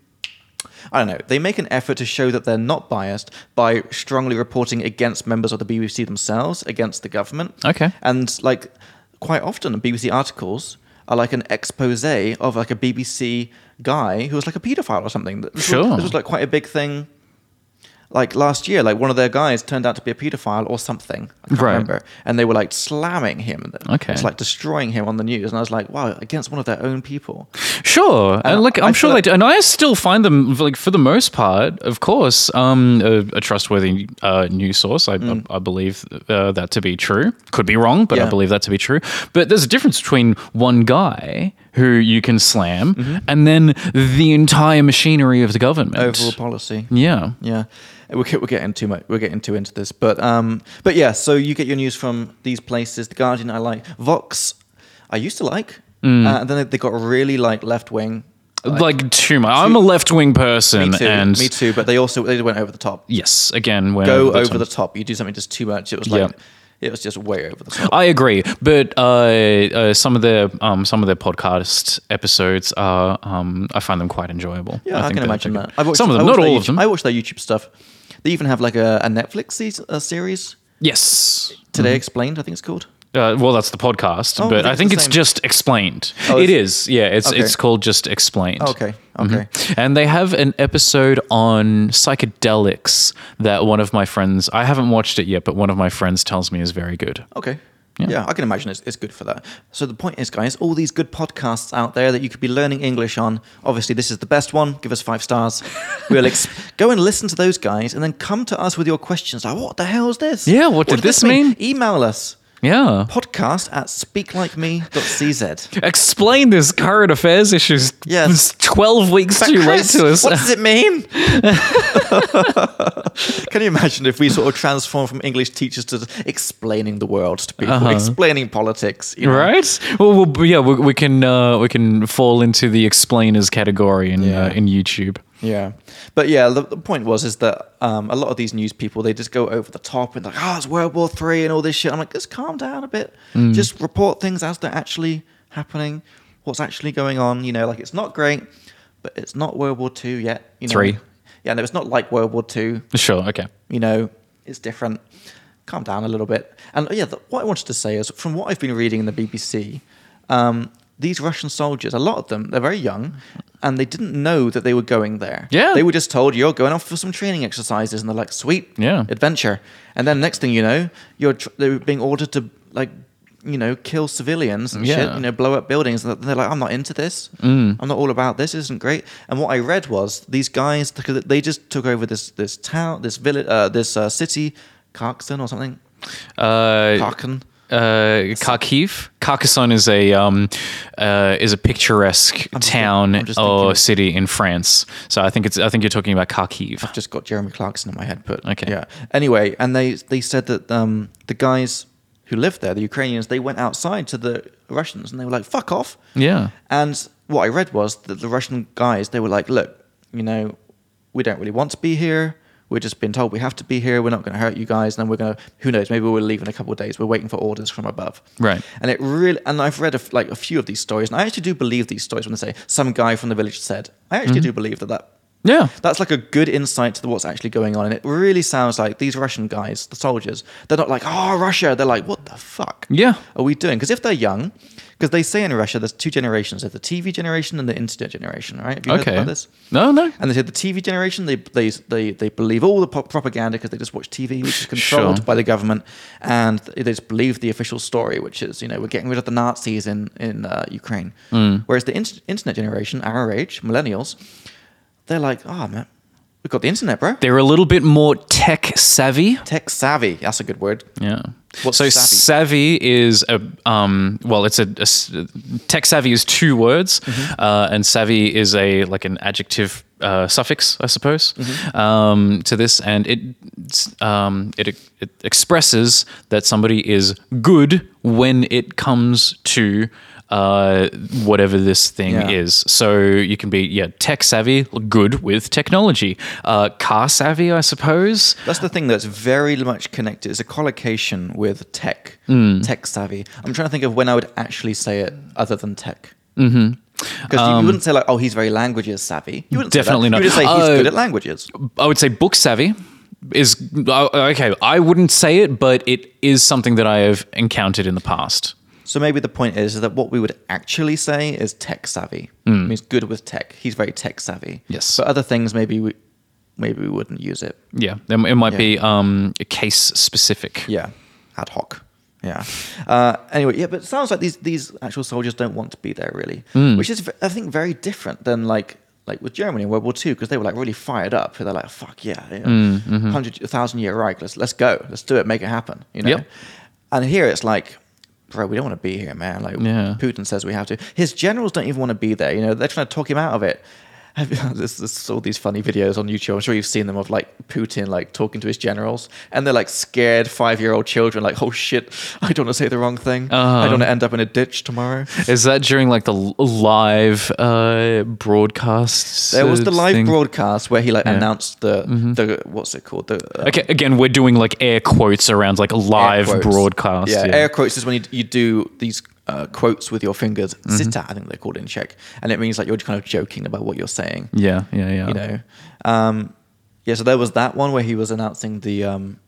Speaker 1: I don't know. They make an effort to show that they're not biased by strongly reporting against members of the BBC themselves, against the government.
Speaker 3: Okay.
Speaker 1: And like quite often, BBC articles are like an expose of like a BBC guy who was like a paedophile or something. This was-
Speaker 3: Sure.
Speaker 1: this was like quite a big thing like last year, like one of their guys turned out to be a pedophile or something. I can't
Speaker 3: Right.
Speaker 1: remember. And they were like slamming him.
Speaker 3: Okay.
Speaker 1: It's like destroying him on the news. And I was like, wow, against one of their own people.
Speaker 3: (laughs) Sure, and,
Speaker 1: And
Speaker 3: like
Speaker 1: I
Speaker 3: I'm
Speaker 1: feel
Speaker 3: sure they
Speaker 1: like-
Speaker 3: do, and I still find them like for the most part, of course, um, a, a trustworthy uh, news source. I, I, I believe uh, that to be true. Could be wrong, but
Speaker 1: Mm. Yeah.
Speaker 3: I believe that to be true. But there's a difference between one guy who you can slam,
Speaker 1: Mm-hmm.
Speaker 3: and then the entire machinery of the government.
Speaker 1: Overall policy.
Speaker 3: yeah.
Speaker 1: Yeah. We're, get- we're getting too much. We're getting too into this. But um, but yeah, so you get your news from these places. The Guardian, I like. Vox, I used to like.
Speaker 3: Mm.
Speaker 1: Uh, and then they- they got really like left wing.
Speaker 3: Like, too much. I'm a left wing person,
Speaker 1: Me too.
Speaker 3: and
Speaker 1: me too. But they also they went over the top.
Speaker 3: yes, again, when
Speaker 1: Go over the top. You do something just too much. It was like,
Speaker 3: Yeah.
Speaker 1: it was just way over the top.
Speaker 3: (laughs) I agree, but uh, uh, some of their um, some of their podcast episodes are um, I find them quite enjoyable.
Speaker 1: Yeah, I,
Speaker 3: think
Speaker 1: can
Speaker 3: that-
Speaker 1: imagine
Speaker 3: that-
Speaker 1: that. I've watched-
Speaker 3: some of
Speaker 1: I
Speaker 3: them,
Speaker 1: watched
Speaker 3: not
Speaker 1: their
Speaker 3: all
Speaker 1: YouTube-
Speaker 3: of them.
Speaker 1: I watch their YouTube stuff. They even have like a, a Netflix se- uh series,
Speaker 3: yes.
Speaker 1: Today Explained, I think it's called.
Speaker 3: Uh, well, that's the podcast,
Speaker 1: Oh,
Speaker 3: but
Speaker 1: I
Speaker 3: I
Speaker 1: think
Speaker 3: think
Speaker 1: it's
Speaker 3: it's
Speaker 1: the
Speaker 3: just explained.
Speaker 1: Oh,
Speaker 3: it
Speaker 1: it's-
Speaker 3: is, yeah. It's
Speaker 1: Okay.
Speaker 3: it's called just explained. Mm-hmm.
Speaker 1: Okay, okay.
Speaker 3: And they have an episode on psychedelics that one of my friends. I haven't watched it yet, but one of my friends tells me is very good.
Speaker 1: Okay. Yeah.
Speaker 3: Yeah.
Speaker 1: I can imagine it's, it's good for that. So the point is, guys, all these good podcasts out there that you could be learning English on. Obviously, this is the best one. Give us five (laughs) stars. We'll ex- go and listen to those guys, and then come to us with your questions. Like, what the hell is this?
Speaker 3: Yeah, what did
Speaker 1: does
Speaker 3: this mean?
Speaker 1: Email us. (laughs)
Speaker 3: Yeah.
Speaker 1: Podcast at (laughs) speaklikeme.cz.
Speaker 3: Explain this current affairs issues.
Speaker 1: Yes.
Speaker 3: It's 12 weeks too
Speaker 1: Chris,
Speaker 3: late to us.
Speaker 1: What does it (laughs) mean? Can you imagine if we sort of transform from English teachers to explaining the world to people, explaining politics? you know?
Speaker 3: Right? Well, we'll b- yeah, we, we can uh, we can fall into the explainers category in
Speaker 1: Yeah.
Speaker 3: uh, in YouTube.
Speaker 1: Yeah, but yeah, the, the point was is that um, a lot of these news people they just go over the top and like, oh, it's World War Three and all this shit. I'm like, just calm down a bit. Just report things as they're actually happening. What's actually going on? You know, like it's not great, but it's not World War Two yet. You know?
Speaker 3: Three.
Speaker 1: Yeah, no, it's not like World War Two.
Speaker 3: Sure. Okay.
Speaker 1: You know, it's different. Calm down a little bit. And yeah, the, what I wanted to say is, from what I've been reading in the BBC, um, these Russian soldiers, a lot of them, they're very young, and they didn't know that they were going there.
Speaker 3: Yeah.
Speaker 1: they were just told you're going off for some training exercises, and they're like, sweet,
Speaker 3: Yeah.
Speaker 1: adventure. And then next thing you know, you're tr- they're being ordered to like. You know, kill civilians and shit.
Speaker 3: Yeah. Mm.
Speaker 1: You know, blow up buildings. And they're like, "I'm not into this. I'm not all about this. This isn't great." And what I read was these guys because they just took over this this town, this village, uh, this uh, city, Kharkson or something.
Speaker 3: Uh,
Speaker 1: Kharkon.
Speaker 3: uh, Kharkiv. Carcassonne is a um, uh, is a picturesque
Speaker 1: just
Speaker 3: town
Speaker 1: think- I'm just
Speaker 3: or
Speaker 1: thinking-
Speaker 3: city in France. So I think it's I think you're talking about Kharkiv.
Speaker 1: just got Jeremy Clarkson in my head, but
Speaker 3: Okay.
Speaker 1: yeah. Anyway, and they they said that um, the guys who lived there, the Ukrainians, they went outside to the Russians and they were like, "Fuck off."
Speaker 3: Yeah.
Speaker 1: And what I read was that the Russian guys they were like, "Look, you know, we don't really want to be here. We've just been told we have to be here. We're not going to hurt you guys, and then we're going to who knows? Maybe we'll leave in a couple of days. We're waiting for orders from above."
Speaker 3: Right.
Speaker 1: And it really and I've read a f like a few of these stories, and I actually do believe these stories when they say some guy from the village said. I actually
Speaker 3: Mm-hmm.
Speaker 1: do believe that that
Speaker 3: Yeah.
Speaker 1: that's like a good insight to what's actually going on. And it really sounds like these Russian guys, the soldiers, they're not like, oh, Russia. They're like, what the fuck
Speaker 3: Yeah.
Speaker 1: are we doing? Because if they're young, because they say in Russia there's two generations there's the TV generation and the internet generation, right? Have you heard
Speaker 3: Okay.
Speaker 1: about this?
Speaker 3: No. No.
Speaker 1: And they say the TV generation, they they they, they believe all the pop propaganda because they just watch TV, which is controlled
Speaker 3: Sure.
Speaker 1: by the government, and they just believe the official story, which is you know we're getting rid of the Nazis in in uh, Ukraine. Whereas the in- internet generation, our age, millennials, they're like, oh man, we've got the internet, bro.
Speaker 3: They're a little bit more tech savvy.
Speaker 1: Tech savvy, that's a good word.
Speaker 3: Yeah.
Speaker 1: What's
Speaker 3: so savvy?
Speaker 1: savvy?
Speaker 3: is a um, well, it's a, a s- tech savvy is two words,
Speaker 1: Mm-hmm.
Speaker 3: uh, and savvy is a like an adjective uh, suffix, I suppose,
Speaker 1: Mm-hmm.
Speaker 3: um, to this, and it it's, um, it it expresses that somebody is good when it comes to. Uh, whatever this thing
Speaker 1: Yeah.
Speaker 3: is, so you can be yeah tech savvy, good with technology, uh, car savvy, I suppose.
Speaker 1: That's the thing that's very much connected. It's a collocation with tech,
Speaker 3: Hmm.
Speaker 1: tech savvy. I'm trying to think of when I would actually say it other than tech. Mm-hmm. Because you wouldn't say like, "Oh, he's very languages savvy." You wouldn't
Speaker 3: Um, Definitely
Speaker 1: say that.
Speaker 3: not.
Speaker 1: You would just say he's
Speaker 3: Oh.
Speaker 1: good at languages.
Speaker 3: I would say book savvy is uh, okay. I wouldn't say it, but it is something that I have encountered in the past.
Speaker 1: So maybe the point is that what we would actually say is tech savvy. It means good with tech. He's very tech savvy.
Speaker 3: Hmm. Yes.
Speaker 1: But other things, maybe we maybe we wouldn't use it.
Speaker 3: Yeah, it, it might be um, case specific.
Speaker 1: Yeah, ad hoc. Yeah. Uh, anyway, yeah, but it sounds like these these actual soldiers don't want to be there really, which is v- I think very different than like like with Germany in World War II because they were like really fired up. They're like, fuck yeah, you know, hundred thousand year Reich, let's let's go, let's do it, make it happen. You know.
Speaker 3: Yep.
Speaker 1: And here it's like. Bro, we don't want to be here, man. Like
Speaker 3: Yeah.
Speaker 1: Putin says, we have to. His generals don't even want to be there. You know, they're trying to talk him out of it. (laughs) There's, there's all these funny videos on YouTube. I'm sure you've seen them of like Putin like talking to his generals, and they're like scared five year old children. Like, oh shit, I don't want to say the wrong thing. I
Speaker 3: Uh-huh.
Speaker 1: don't want to end up in a ditch tomorrow.
Speaker 3: Is that during like the l- live uh, broadcasts?
Speaker 1: There was
Speaker 3: uh,
Speaker 1: the live
Speaker 3: thing? Mm-hmm.
Speaker 1: broadcast where he like announced the the what's it called the uh,
Speaker 3: Okay, again, we're doing like air quotes around like
Speaker 1: air
Speaker 3: live
Speaker 1: quotes.
Speaker 3: broadcast.
Speaker 1: Yeah, air quotes is when you, you do these uh, quotes with your fingers.
Speaker 3: Mm-hmm.
Speaker 1: Sita, I think they're called in Czech, and it means like you're kind of joking about what you're saying.
Speaker 3: yeah, yeah, yeah.
Speaker 1: you know. Um, yeah, so there was that one where he was announcing the um,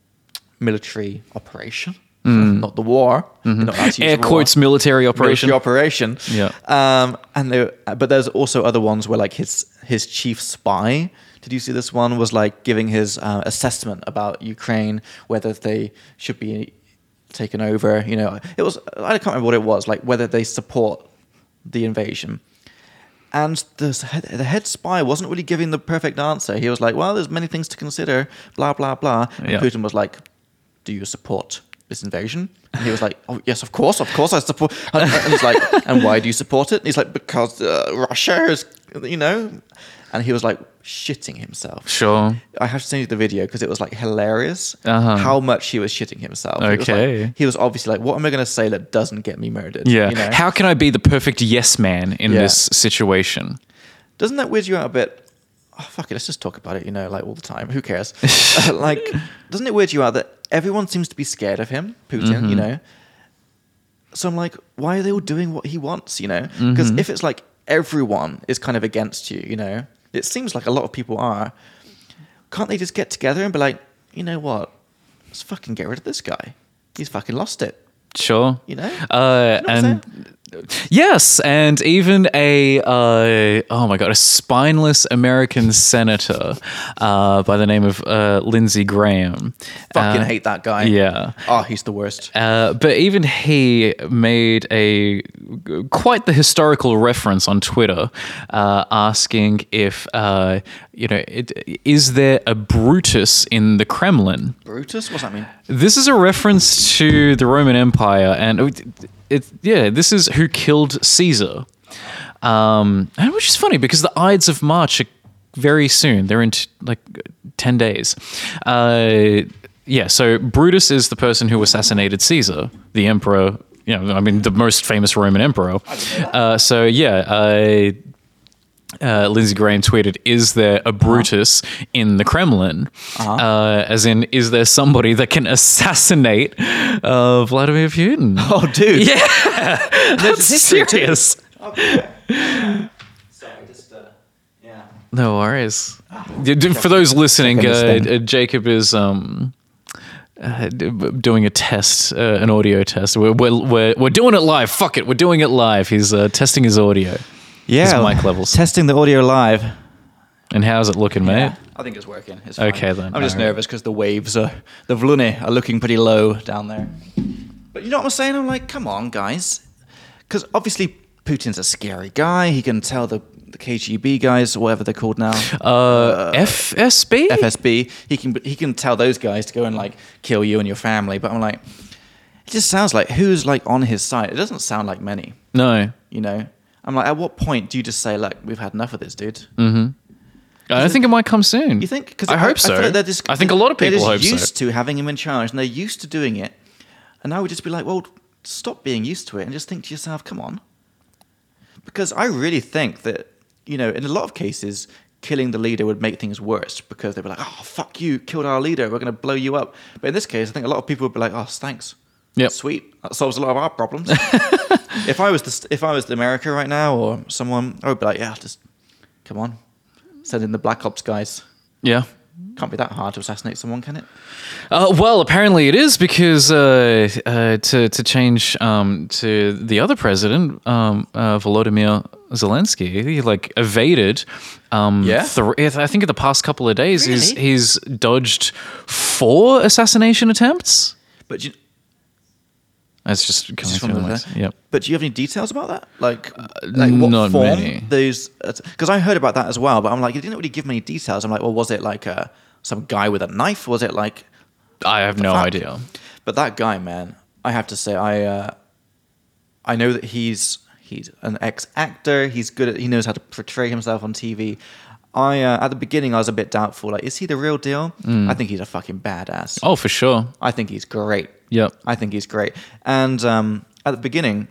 Speaker 1: military operation, not the war. They're not allowed to use
Speaker 3: Mm. Mm-hmm. air
Speaker 1: war.
Speaker 3: quotes military operation.
Speaker 1: Military operation.
Speaker 3: Yeah.
Speaker 1: Um, and there, but there's also other ones where like his his chief spy. Did you see this one? Was like giving his uh, assessment about Ukraine, whether they should be taken over. You know, it was I can't remember what it was like whether they support the invasion. And the s- head- the head spy wasn't really giving the perfect answer. He was like, "Well, there's many things to consider." Blah blah blah. And
Speaker 3: Yeah.
Speaker 1: Putin was like, "Do you support this invasion?" And he was like, "Oh yes, of course, of course, I support." And, and he's like, "And why do you support it?" And he's like, "Because uh, Russia is, you know." And he was like shitting himself.
Speaker 3: Sure.
Speaker 1: I have to send you the video because it was like hilarious
Speaker 3: Uh-huh.
Speaker 1: how much he was shitting himself. It was, like-
Speaker 3: Okay.
Speaker 1: he was obviously like, "What am I going to say that doesn't get me murdered?"
Speaker 3: Yeah.
Speaker 1: You know?
Speaker 3: How can I be the perfect yes man in
Speaker 1: Yeah.
Speaker 3: this situation?
Speaker 1: doesn't that weird you out a bit? Oh, fuck it, let's just talk about it, you know, like all the time. Who
Speaker 3: (laughs)
Speaker 1: cares? Uh, like, doesn't it weird you out that everyone seems to be scared of him, Putin,
Speaker 3: Mm-hmm.
Speaker 1: you know? So I'm like, why are they all doing what he wants, you know? Because
Speaker 3: Mm-hmm.
Speaker 1: if it's like everyone is kind of against you, you know, it seems like a lot of people are, can't they just get together and be like, you know what? Let's fucking get rid of this guy. He's fucking lost it,
Speaker 3: Sure.
Speaker 1: you know?
Speaker 3: Uh,
Speaker 1: You know what I'm
Speaker 3: and yes, and even a uh, oh my god, a spineless
Speaker 1: (laughs)
Speaker 3: American senator uh, by the name of uh, Lindsey Graham.
Speaker 1: fucking
Speaker 3: Uh,
Speaker 1: hate that guy.
Speaker 3: Yeah.
Speaker 1: Oh, he's the worst.
Speaker 3: Uh, but even he made a quite the historical reference on Twitter, uh, asking if uh, you know, it, is there a Brutus in the Kremlin?
Speaker 1: Brutus? What's that mean?
Speaker 3: This is a reference to the Roman Empire, and it, it yeah, this is who killed Caesar. Um, and which is funny because the Ides of March are very soon; they're in t- like ten days. Uh, yeah, so Brutus is the person who assassinated Caesar, the emperor. You know, I mean, the most famous Roman emperor. Uh, so yeah, I uh, Lindsey Graham tweeted, "Is there a Brutus in the Kremlin?
Speaker 1: Uh-huh.
Speaker 3: uh as in, is there somebody that can assassinate uh, Vladimir Putin?"
Speaker 1: (laughs) Oh, dude.
Speaker 3: (laughs) Yeah, (laughs) that's
Speaker 1: history too.
Speaker 3: serious.
Speaker 1: Sorry, just, uh, yeah.
Speaker 3: No worries. D- d- For those listening, uh,
Speaker 1: understand.
Speaker 3: uh, Jacob is um, uh, d- b- doing a test, uh, an audio test. We're, we're, we're, we're doing it live. Fuck it, we're doing it live. He's uh, testing his audio.
Speaker 1: Yeah,
Speaker 3: His mic levels.
Speaker 1: Testing the audio live.
Speaker 3: And how's it looking, mate?
Speaker 1: I think it's working. It's
Speaker 3: Okay, then.
Speaker 1: I'm just
Speaker 3: Alright.
Speaker 1: nervous because the waves are the Vlune are looking pretty low down there. But you know what I'm saying? I'm like, come on, guys, because obviously Putin's a scary guy. He can tell the, the KGB guys, or whatever they're called now,
Speaker 3: Uh, FSB?
Speaker 1: FSB. He can he can tell those guys to go and like kill you and your family. But I'm like, it just sounds like who's like on his side. It doesn't sound like many.
Speaker 3: No.
Speaker 1: You know, I'm like, at what point do you just say, look, we've had enough of this, dude?
Speaker 3: I don't think it might come soon.
Speaker 1: You think?
Speaker 3: I hope so. I,
Speaker 1: feel like they're just-
Speaker 3: think a lot of
Speaker 1: they're
Speaker 3: people
Speaker 1: just
Speaker 3: hope so.
Speaker 1: used to having him in charge, and they're used to doing it. And now we just be like, well, stop being used to it, and just think to yourself, come on. Because I really think that you know, in a lot of cases, killing the leader would make things worse because they'd be like, oh fuck you, killed our leader, we're going to blow you up. But in this case, I think a lot of people would be like, oh thanks,
Speaker 3: Yep.
Speaker 1: sweet, that solves a lot of our
Speaker 3: (laughs)
Speaker 1: problems. if I was the, if I was America right now or someone, I would be like, yeah, just come on, send in the Black Ops guys.
Speaker 3: Yeah.
Speaker 1: Can't be that hard to assassinate someone, can it?
Speaker 3: Uh, well, apparently it is because uh, uh, to to change um, to the other president, um, uh, Volodymyr Zelensky, he like evaded. Um,
Speaker 1: Yeah?
Speaker 3: thr- I think in the past couple of days, he's
Speaker 1: Really?
Speaker 3: he's dodged four assassination attempts.
Speaker 1: But do you,
Speaker 3: That's just coming
Speaker 1: just
Speaker 3: through.
Speaker 1: from
Speaker 3: The
Speaker 1: the
Speaker 3: noise.
Speaker 1: there.
Speaker 3: Yep.
Speaker 1: But do you have any details about that? Like, like what
Speaker 3: Uh, not
Speaker 1: form
Speaker 3: many.
Speaker 1: those? Because I heard about that as well, but I'm like, it didn't really give many details. I'm like, well, was it like uh, some guy with a knife? Was it like?
Speaker 3: I have no
Speaker 1: fuck?
Speaker 3: idea.
Speaker 1: But that guy, man, I have to say, I uh, I know that he's he's an ex actor. He's good at he knows how to portray himself on TV. I uh, at the beginning I was a bit doubtful. Like, is he the real deal?
Speaker 3: Mm.
Speaker 1: I think he's a fucking badass.
Speaker 3: Oh, for sure.
Speaker 1: I think he's great.
Speaker 3: Yep.
Speaker 1: I think he's great. And um, at the beginning,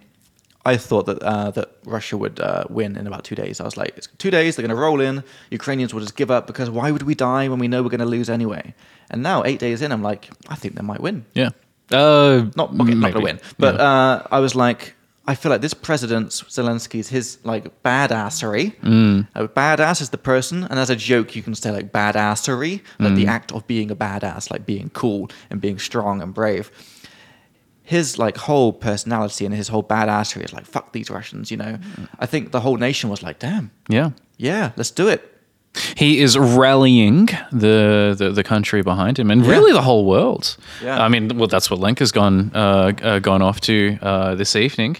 Speaker 1: I thought that uh, that Russia would uh, win in about two days. I was like, it's two days, they're going to roll in. Ukrainians will just give up because why would we die when we know we're going to lose anyway? And now, eight days in, I'm like, I think they might win.
Speaker 3: Yeah. Uh,
Speaker 1: Not, okay, not going to
Speaker 3: maybe.
Speaker 1: win. But
Speaker 3: Yeah.
Speaker 1: uh, I was like, I feel like this president, Zelensky's, his like badassery.
Speaker 3: Mm.
Speaker 1: A badass is the person. And as a joke, you can say like badassery, like
Speaker 3: Mm.
Speaker 1: the act of being a badass, like being cool and being strong and brave his like whole personality and his whole badassery is like fuck these Russians, you know. I think the whole nation was like, damn,
Speaker 3: yeah.
Speaker 1: yeah, let's do it.
Speaker 3: He is rallying the, the, the country behind him, and really the whole world.
Speaker 1: Yeah.
Speaker 3: I mean, well, that's what Lenk has gone uh, uh, gone off to uh, this evening,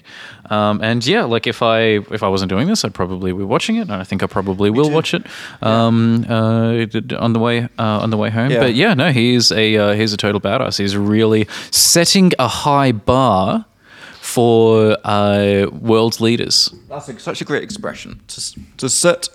Speaker 3: um, and yeah, like if I if I wasn't doing this, I'd probably be watching it, and I think I probably will
Speaker 1: too.
Speaker 3: watch it um, uh, d- d- on the way uh, on the way home.
Speaker 1: Yeah.
Speaker 3: But yeah, no, he's a uh, he's a total badass. He's really setting a high bar for uh, world leaders.
Speaker 1: That's a, such a great expression. To, s- to set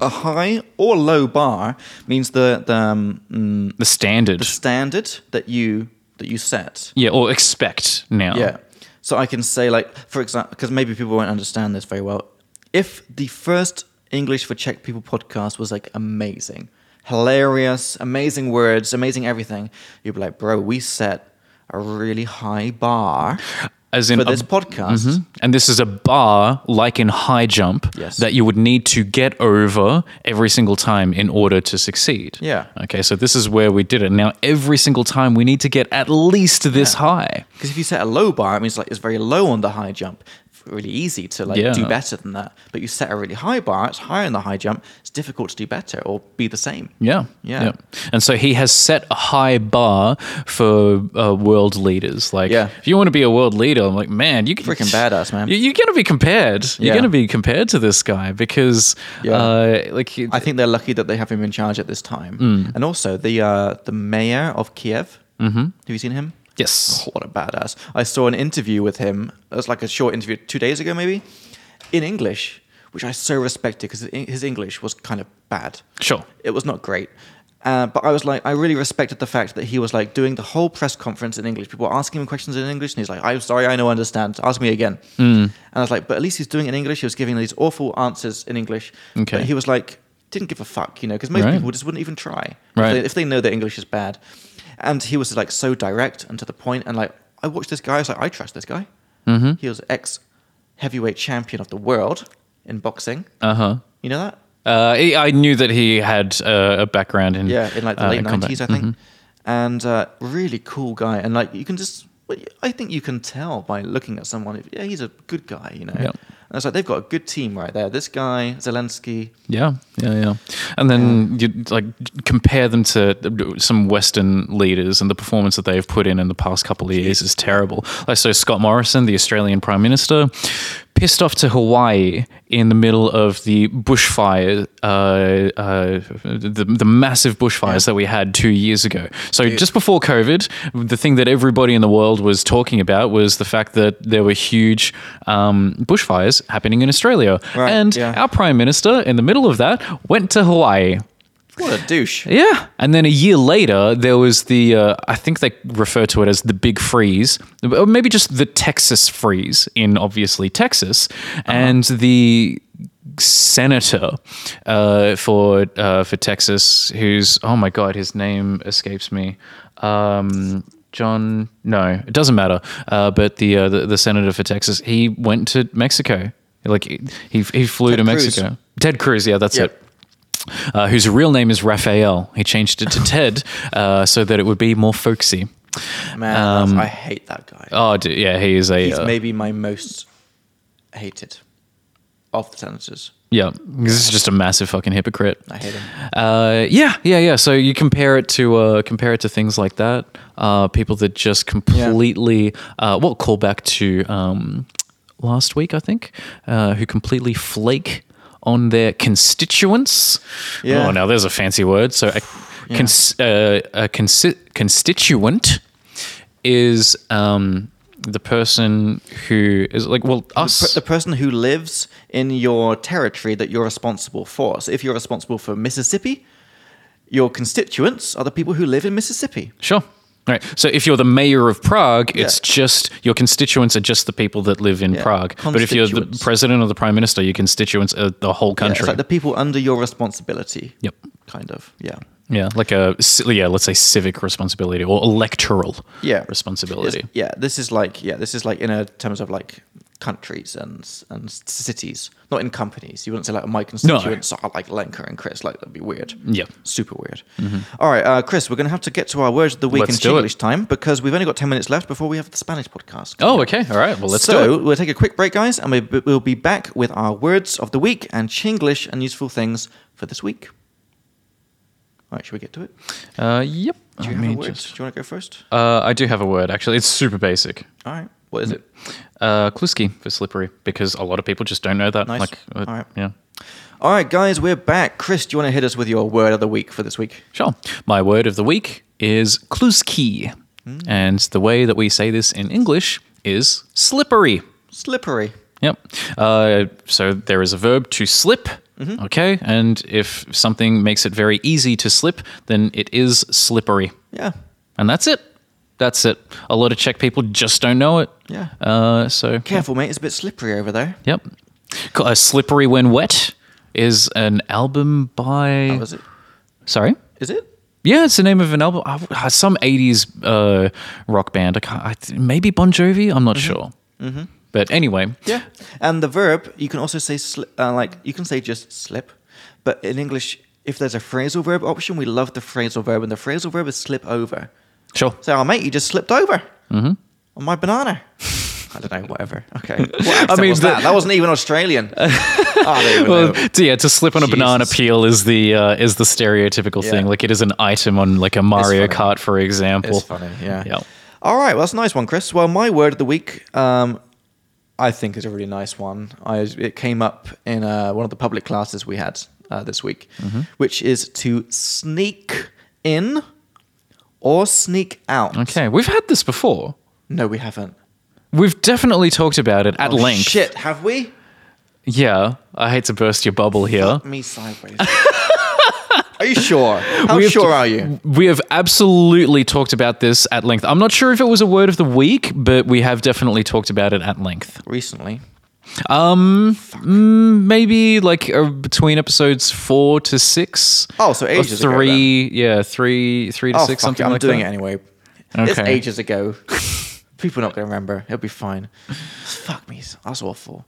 Speaker 1: a high or low bar means the the um, mm,
Speaker 3: The standard.
Speaker 1: the standard that you that you set.
Speaker 3: Yeah, or expect now.
Speaker 1: Yeah. So I can say like, for example, because maybe people won't understand this very well. If the first English for Czech People podcast was like amazing, hilarious, amazing words, amazing everything, you'd be like, bro, we set a really high bar
Speaker 3: As in
Speaker 1: for
Speaker 3: a-
Speaker 1: this podcast.
Speaker 3: Mhm. And this is a bar, like in high jump,
Speaker 1: Yes.
Speaker 3: that you would need to get over every single time in order to succeed.
Speaker 1: Yeah.
Speaker 3: Okay, so this is where we did it. Now, every single time we need to get at least this high.
Speaker 1: Because if you set a low bar, it means like it's very low on the high jump. It's Really easy to like
Speaker 3: Yeah.
Speaker 1: do better than that. But you set a really high bar, it's higher in the high jump. It's difficult to do better or be the same.
Speaker 3: Yeah.
Speaker 1: Yeah.
Speaker 3: And so he has set a high bar for uh, world leaders. Like,
Speaker 1: Yeah.
Speaker 3: if you want to be a world leader, I'm like, man, you (laughs)
Speaker 1: Freaking badass, man.
Speaker 3: You, you're going to be compared. You're
Speaker 1: Yeah.
Speaker 3: going to be compared to this guy because,
Speaker 1: Yeah.
Speaker 3: uh, like, he-
Speaker 1: I think they're lucky that they have him in charge at this time. And also the uh, the mayor of Kiev. Mm-hmm. Have you seen him?
Speaker 3: yes.
Speaker 1: What a badass! I saw an interview with him. It was like a short interview two days ago, maybe, in English, which I so respected because his English was kind of bad.
Speaker 3: Sure.
Speaker 1: It was not great. Uh, but I was like, I really respected the fact that he was like doing the whole press conference in English. People were asking him questions in English, and he's like, I'm sorry, I don't understand. Ask me again.
Speaker 3: Hmm.
Speaker 1: And I was like, but at least he's doing it in English. He was giving these awful answers in English.
Speaker 3: Okay.
Speaker 1: But he was like, didn't give a fuck, you know, because most
Speaker 3: Right.
Speaker 1: people just wouldn't even try.
Speaker 3: Right.
Speaker 1: If, they, if they know their English is bad. And he was like so direct and to the point, And like, I watched this guy. I was like, I trust this guy. Mm-hmm. He was ex heavyweight champion of the world in boxing.
Speaker 3: Uh huh.
Speaker 1: You know that?
Speaker 3: Uh, I I knew that he had uh, a background in
Speaker 1: Yeah, in like the
Speaker 3: uh,
Speaker 1: late
Speaker 3: combat.
Speaker 1: nineties, I think.
Speaker 3: Mm-hmm.
Speaker 1: And uh, really cool guy, and like you can just, well, I think you can tell by looking at someone. If, yeah, he's a good guy, you know.
Speaker 3: Yeah.
Speaker 1: And it's like they've got a good team right there. This guy Zelensky,
Speaker 3: Yeah, yeah, yeah. And then you like compare them to some Western leaders, and the performance that they've put in in the past couple of years is terrible. Like so, Scott Morrison, the Australian Prime Minister, pissed off to Hawaii in the middle of the bushfire, uh, uh, the the massive bushfires that we had two years ago. So just before COVID, the thing that everybody in the world was talking about was the fact that there were huge um, bushfires happening in Australia,
Speaker 1: Right,
Speaker 3: and
Speaker 1: yeah.
Speaker 3: our prime minister, in the middle of that, went to Hawaii. (laughs)
Speaker 1: what a douche.
Speaker 3: Yeah. And then a year later, there was the, uh, I think they refer to it as the big freeze, or maybe just the Texas freeze in obviously Texas.
Speaker 1: Uh-huh.
Speaker 3: And the senator uh, for uh, for Texas, who's, oh my God, his name escapes me. Um, John, no, it doesn't matter. Uh, but the, uh, the the senator for Texas, he went to Mexico. Like he he, he flew
Speaker 1: Ted
Speaker 3: to
Speaker 1: Cruz.
Speaker 3: Mexico. Ted Cruz, yeah, that's
Speaker 1: Yeah.
Speaker 3: it uh, whose real name is Raphael. He
Speaker 1: (laughs)
Speaker 3: changed it to Ted uh, so that it would be more folksy.
Speaker 1: Man, that's- I hate that guy.
Speaker 3: um, Oh, d- yeah, he is a
Speaker 1: he's
Speaker 3: uh,
Speaker 1: maybe my most hated of the senators.
Speaker 3: yeah. This is just a massive fucking hypocrite.
Speaker 1: I hate him.
Speaker 3: Uh, yeah, yeah, yeah. So you compare it to uh, compare it to things like that. Uh, people that just completely uh, well call back to um, last week, I think, uh, who completely flake on their constituents.
Speaker 1: Yeah.
Speaker 3: Oh, now there's a fancy word. So a, cons- uh, a consi- constituent is um, the person who is like well us.
Speaker 1: The person who lives in your territory that you're responsible for. So if you're responsible for Mississippi, your constituents are the people who live in Mississippi.
Speaker 3: Sure. All right. So if you're the mayor of Prague, it's
Speaker 1: Yeah.
Speaker 3: just your constituents are just the people that live in
Speaker 1: Yeah,
Speaker 3: Prague. But if you're the
Speaker 1: constituents.
Speaker 3: president or the prime minister, your constituents are the whole
Speaker 1: Yeah,
Speaker 3: country.
Speaker 1: it's like the people under your responsibility.
Speaker 3: Yep.
Speaker 1: Kind of. Yeah.
Speaker 3: Yeah, like a ci- yeah, let's say civic responsibility or electoral
Speaker 1: Yeah.
Speaker 3: responsibility.
Speaker 1: It's- yeah. This is like yeah. This is like in a terms of like countries and and s- cities, not in companies. You wouldn't say like my constituents are like Lenker and Chris. Like that'd be weird.
Speaker 3: Yeah. Mm-hmm.
Speaker 1: Super weird. All right, uh, Chris. We're gonna have to get to our words of the week
Speaker 3: Let's
Speaker 1: in
Speaker 3: do it.
Speaker 1: English time because we've only got ten minutes left before we have the Spanish podcast.
Speaker 3: Oh, okay. All right. Well, let's do
Speaker 1: so
Speaker 3: it.
Speaker 1: we'll take a quick break, guys, and we, we'll be back with our words of the week and Chinglish and useful things for this week. All right, should we get to it?
Speaker 3: Uh, yep.
Speaker 1: Do you
Speaker 3: Let
Speaker 1: have
Speaker 3: me
Speaker 1: a word?
Speaker 3: just-
Speaker 1: Do you want to go first?
Speaker 3: uh, I do have a word actually. It's super basic.
Speaker 1: All right. What is it?
Speaker 3: Uh, Kluski for slippery because a lot of people just don't know that.
Speaker 1: Nice.
Speaker 3: Like, uh,
Speaker 1: All right.
Speaker 3: yeah.
Speaker 1: All right, guys, we're back. Chris, do you want to hit us with your word of the week for this week?
Speaker 3: Sure. My word of the week is Kluski, and the way that we say this in English is slippery.
Speaker 1: Slippery.
Speaker 3: Yep. Uh, so there is a verb to slip.
Speaker 1: Mm-hmm.
Speaker 3: Okay. And if something makes it very easy to slip, then it is slippery.
Speaker 1: Yeah.
Speaker 3: And that's it. That's it. A lot of Czech people just don't know it.
Speaker 1: Yeah.
Speaker 3: Uh, so,
Speaker 1: Careful, mate. It's a bit slippery over there.
Speaker 3: yep. Co- Uh, Slippery When Wet is an album by.
Speaker 1: Oh, is it?
Speaker 3: Sorry?
Speaker 1: Is it?
Speaker 3: Yeah, it's the name of an album. Uh, uh, some 80s uh, rock band. I can't, I, th- maybe Bon Jovi? I'm not sure. Mm-hmm. But anyway.
Speaker 1: Yeah. And the verb, you can also say, sli- uh, like, you can say just slip. But in English, if there's a phrasal verb option, we love the phrasal verb. And the phrasal verb is slip over.
Speaker 3: Sure.
Speaker 1: Say, oh, mate, you just slipped over
Speaker 3: Mm-hmm.
Speaker 1: on my banana. (laughs) I don't know, whatever.
Speaker 3: (laughs)
Speaker 1: Okay. What accent
Speaker 3: mean,
Speaker 1: was
Speaker 3: the-
Speaker 1: that? That wasn't even
Speaker 3: (laughs)
Speaker 1: Australian. I don't even
Speaker 3: Well,
Speaker 1: know.
Speaker 3: to, yeah, to slip on a banana
Speaker 1: Jesus.
Speaker 3: peel is the uh, is the stereotypical
Speaker 1: Yeah.
Speaker 3: thing. Like it is an item on like a Mario
Speaker 1: funny.
Speaker 3: Kart, for example.
Speaker 1: It's funny, yeah.
Speaker 3: Yeah.
Speaker 1: All right, well, that's a nice one, Chris. Well, my word of the week, um, I think, is a really nice one. I, it came up in uh, one of the public classes we had uh, this week,
Speaker 3: Mm-hmm.
Speaker 1: which is to sneak in or sneak out.
Speaker 3: Okay, we've had this before.
Speaker 1: No, we haven't.
Speaker 3: We've definitely talked about it at
Speaker 1: Oh,
Speaker 3: length.
Speaker 1: Shit, have we?
Speaker 3: Yeah, I hate to burst your bubble here.
Speaker 1: Fuck me sideways. (laughs) are you sure? (laughs) How
Speaker 3: We have
Speaker 1: sure
Speaker 3: to-
Speaker 1: are you?
Speaker 3: We have absolutely talked about this at length. I'm not sure if it was a word of the week, but we have definitely talked about it at length.
Speaker 1: Recently.
Speaker 3: Um, mm, maybe like uh, between episodes four to six.
Speaker 1: Oh, so
Speaker 3: Or
Speaker 1: ages ago then.
Speaker 3: three, yeah, three, three to
Speaker 1: Oh,
Speaker 3: six,
Speaker 1: fuck
Speaker 3: something
Speaker 1: it, I'm
Speaker 3: like
Speaker 1: doing
Speaker 3: that.
Speaker 1: it anyway. It's
Speaker 3: Okay.
Speaker 1: ages ago. (laughs) People are not going to remember. It'll be fine. Fuck me. That's awful.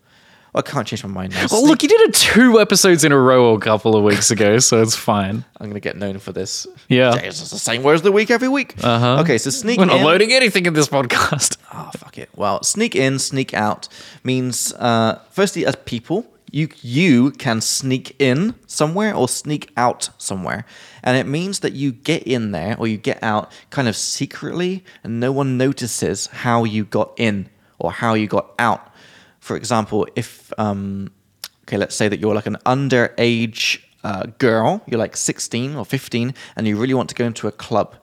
Speaker 1: I can't change my mind now.
Speaker 3: Well, look, you did it two episodes in a row a couple of weeks ago, so
Speaker 1: (laughs)
Speaker 3: it's fine.
Speaker 1: I'm going to get known for this.
Speaker 3: Yeah.
Speaker 1: It's just the same words of the week every week.
Speaker 3: Uh-huh.
Speaker 1: Okay, so sneak
Speaker 3: We're not
Speaker 1: in.
Speaker 3: loading anything in this podcast. (laughs)
Speaker 1: Oh, fuck it. Well, sneak in, sneak out means, uh, firstly, as people, you, you can sneak in somewhere or sneak out somewhere. And it means that you get in there or you get out kind of secretly and no one notices how you got in or how you got out. For example, if, um, okay, let's say that you're like an underage uh, girl, you're like 16 or 15, and you really want to go into a club.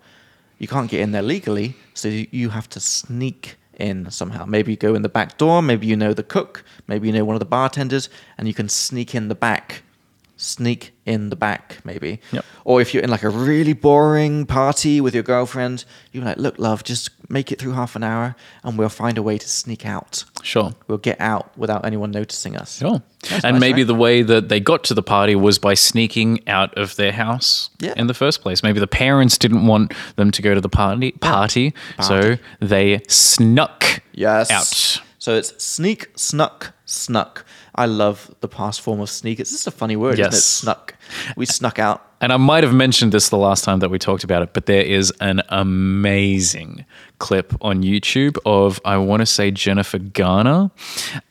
Speaker 1: You can't get in there legally, so you you have to sneak in somehow. Maybe you go in the back door, maybe you know the cook, maybe you know one of the bartenders, and you can sneak in the back. Sneak in the back, maybe.
Speaker 3: Yep.
Speaker 1: Or if you're in like a really boring party with your girlfriend, you're like, look, love, just make it through half an hour and we'll find a way to sneak out.
Speaker 3: Sure.
Speaker 1: We'll get out without anyone noticing us.
Speaker 3: Sure.
Speaker 1: That's
Speaker 3: and
Speaker 1: nice,
Speaker 3: maybe
Speaker 1: right?
Speaker 3: the way that they got to the party was by sneaking out of their house
Speaker 1: Yeah.
Speaker 3: in the first place. Maybe the parents didn't want them to go to the party, party, so they snuck
Speaker 1: Yes.
Speaker 3: out.
Speaker 1: So it's sneak, snuck, snuck. I love the past form of sneak. It's just a funny word, isn't it?
Speaker 3: Yes.
Speaker 1: Snuck. We snuck out.
Speaker 3: And I might have mentioned this the last time that we talked about it, but there is an amazing clip on YouTube of, I want to say, Jennifer Garner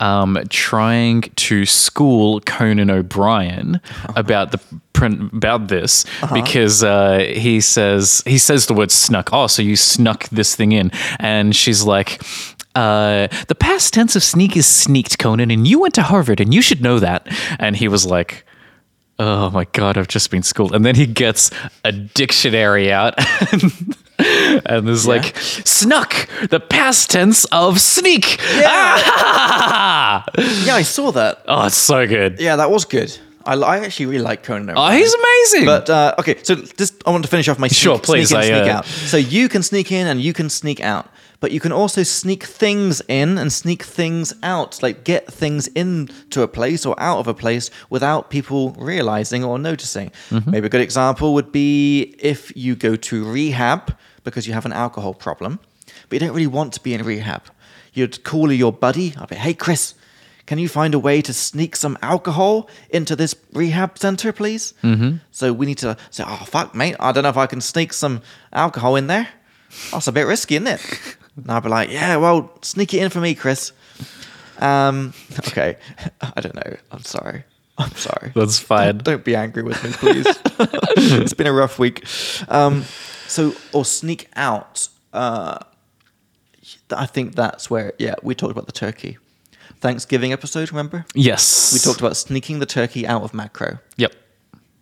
Speaker 3: um, trying to school Conan O'Brien about the print about this because uh, he says he says the word snuck. Oh, so you snuck this thing in, and she's like. Uh, the past tense of sneak is sneaked, Conan, and you went to Harvard, and you should know that. And he was like, oh my god i've just been schooled and then he gets a dictionary out (laughs) and, there's like snuck the past tense of sneak Ah!
Speaker 1: Yeah, I saw that.
Speaker 3: oh it's so good
Speaker 1: Yeah, that was good. I, li- I actually really like Conan.
Speaker 3: oh
Speaker 1: O'Brien.
Speaker 3: he's amazing
Speaker 1: But uh, okay, so just I want to finish off my sneak,
Speaker 3: Sure, please,
Speaker 1: sneak in,
Speaker 3: I,
Speaker 1: sneak
Speaker 3: uh,
Speaker 1: out. So you can sneak in and you can sneak out, but you can also sneak things in and sneak things out, like get things into a place or out of a place without people realizing or noticing.
Speaker 3: Mm-hmm.
Speaker 1: Maybe a good example would be if you go to rehab because you have an alcohol problem, but you don't really want to be in rehab. You'd call your buddy up, hey Chris, can you find a way to sneak some alcohol into this rehab center, please? Mm-hmm. So we need to say, oh, fuck, mate, I don't know if I can sneak some alcohol in there. That's a bit risky, isn't it? And I'll be like, yeah, well, (laughs) sneak it in for me, Chris. Um, okay. I don't know. I'm sorry. I'm sorry.
Speaker 3: That's fine.
Speaker 1: Don't be angry with me, please. it's been a rough week. Um, so, or sneak out. Uh, I think that's where, yeah, we talked about the turkey. Thanksgiving episode, remember?
Speaker 3: Yes.
Speaker 1: We talked about sneaking the turkey out of macro.
Speaker 3: Yep.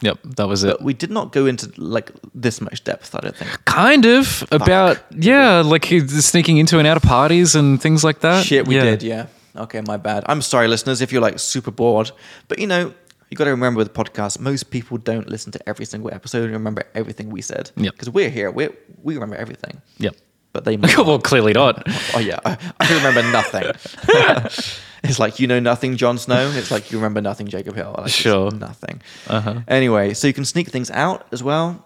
Speaker 3: Yep. That was it.
Speaker 1: But we did not go into like this much depth, I don't think.
Speaker 3: kind of about yeah, like he's sneaking into and out of parties and things like that.
Speaker 1: Shit, we did, yeah. Okay, my bad. I'm sorry, listeners, if you're like super bored. But you know, you got to remember with the podcast, most people don't listen to every single episode and remember everything we said.
Speaker 3: Yep.
Speaker 1: Because we're here, we we remember everything.
Speaker 3: Yep. (laughs)
Speaker 1: But they might not.
Speaker 3: well, clearly not.
Speaker 1: Oh yeah, I, I remember nothing. (laughs) it's like you know nothing, Jon Snow. It's like you remember nothing, Jacob Hill. Like, it's
Speaker 3: Sure.
Speaker 1: nothing.
Speaker 3: Uh-huh.
Speaker 1: Anyway, so you can sneak things out as well.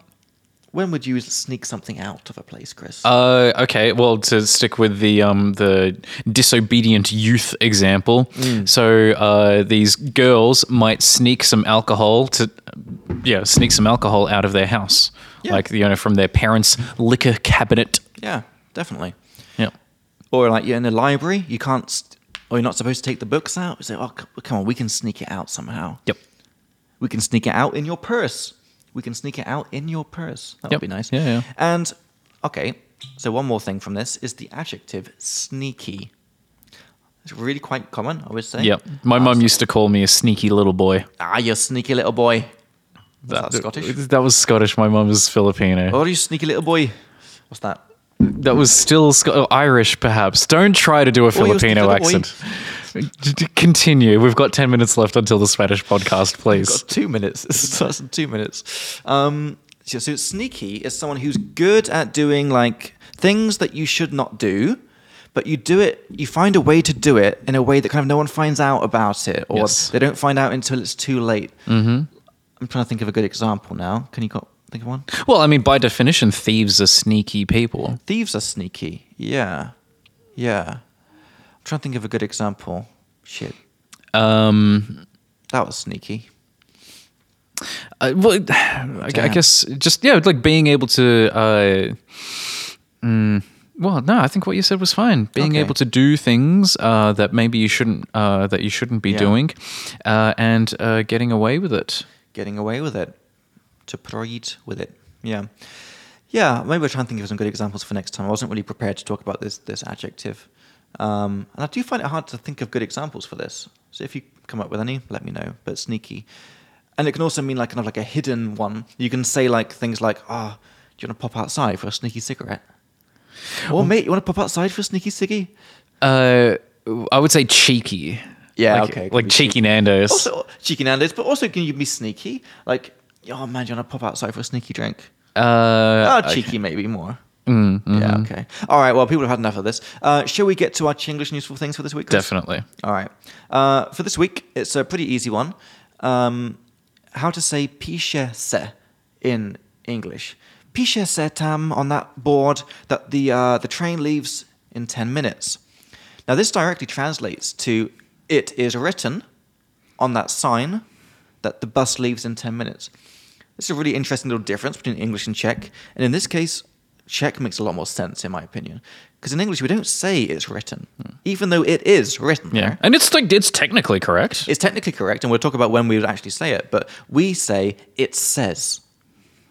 Speaker 1: When would you sneak something out of a place, Chris?
Speaker 3: Uh, okay, well, to stick with the um, the disobedient youth example,
Speaker 1: Mm.
Speaker 3: so uh, these girls might sneak some alcohol to, yeah, sneak some alcohol out of their house,
Speaker 1: Yeah.
Speaker 3: like you know from their parents' liquor cabinet.
Speaker 1: yeah, definitely.
Speaker 3: Yeah,
Speaker 1: Or like you're in the library, you can't, st- or you're not supposed to take the books out. You say, oh c- come on, we can sneak it out somehow.
Speaker 3: yep,
Speaker 1: We can sneak it out in your purse. We can sneak it out in your purse. That
Speaker 3: Yep.
Speaker 1: would be nice.
Speaker 3: Yeah, yeah.
Speaker 1: And okay, so one more thing from this is the adjective sneaky. It's really quite common, I would say.
Speaker 3: yep. My mum used to call me a sneaky little boy.
Speaker 1: Ah, you sneaky little boy. Was that,
Speaker 3: That-
Speaker 1: Scottish?
Speaker 3: That was Scottish. My mum was Filipino.
Speaker 1: Oh, you sneaky little boy. What's that?
Speaker 3: That was still Sc- oh, Irish, perhaps. Don't try to do a
Speaker 1: Oh, you're
Speaker 3: Filipino
Speaker 1: still
Speaker 3: accent. D- d- Continue. We've got 10 minutes left until the Spanish podcast, please. (laughs)
Speaker 1: Got two minutes. It starts in two minutes. Um, so, so sneaky is someone who's good at doing like things that you should not do, but you do it. You find a way to do it in a way that kind of no one finds out about it, or
Speaker 3: Yes.
Speaker 1: they don't find out until it's too late. Mm-hmm. I'm trying to think of a good example now. Can you co- think of one?
Speaker 3: Well, I mean, by definition, thieves are sneaky people.
Speaker 1: Thieves are sneaky. Yeah, yeah. I'm trying to think of a good example. Shit,
Speaker 3: Um,
Speaker 1: that was sneaky.
Speaker 3: I, well, (sighs) I, I
Speaker 1: Damn.
Speaker 3: guess just, yeah, like being able to. Uh, mm, well, no, I think what you said was fine. Being
Speaker 1: Okay.
Speaker 3: able to do things uh, that maybe you shouldn't uh, that you shouldn't be
Speaker 1: Yeah.
Speaker 3: doing, uh, and uh, getting away with it.
Speaker 1: getting away with it, to proceed with it. Yeah, yeah. Maybe we're trying to think of some good examples for next time. I wasn't really prepared to talk about this this adjective, um, and I do find it hard to think of good examples for this. So if you come up with any, let me know. But sneaky, and it can also mean like kind of like a hidden one. You can say like things like, "Ah, do you want to pop outside for a sneaky cigarette?" Or mate, you want to pop outside for a sneaky ciggy?
Speaker 3: Uh, I would say cheeky.
Speaker 1: Yeah,
Speaker 3: like,
Speaker 1: okay, could
Speaker 3: Like
Speaker 1: be
Speaker 3: cheeky Nando's.
Speaker 1: Also, cheeky Nando's, but also can you be sneaky? Like, oh man, do you want to pop outside for a sneaky drink?
Speaker 3: uh, Mm, mm-hmm.
Speaker 1: Oh, cheeky, maybe more. Yeah, okay. All right, well, people have had enough of this. Uh, shall we get to our Chinglish and useful things for this week? Chris?
Speaker 3: definitely.
Speaker 1: All right. Uh, for this week, it's a pretty easy one. Um, how to say pisze se in English. Pisze se tam on that board that the, uh, the train leaves in 10 minutes. Now, this directly translates to it is written on that sign that the bus leaves in 10 minutes. This is a really interesting little difference between English and Czech. And in this case, Czech makes a lot more sense, in my opinion. Because in English, we don't say it's written, even though it is written
Speaker 3: Yeah.
Speaker 1: there.
Speaker 3: And it's like it's technically correct.
Speaker 1: It's technically correct, and we'll talk about when we would actually say it, but we say it says.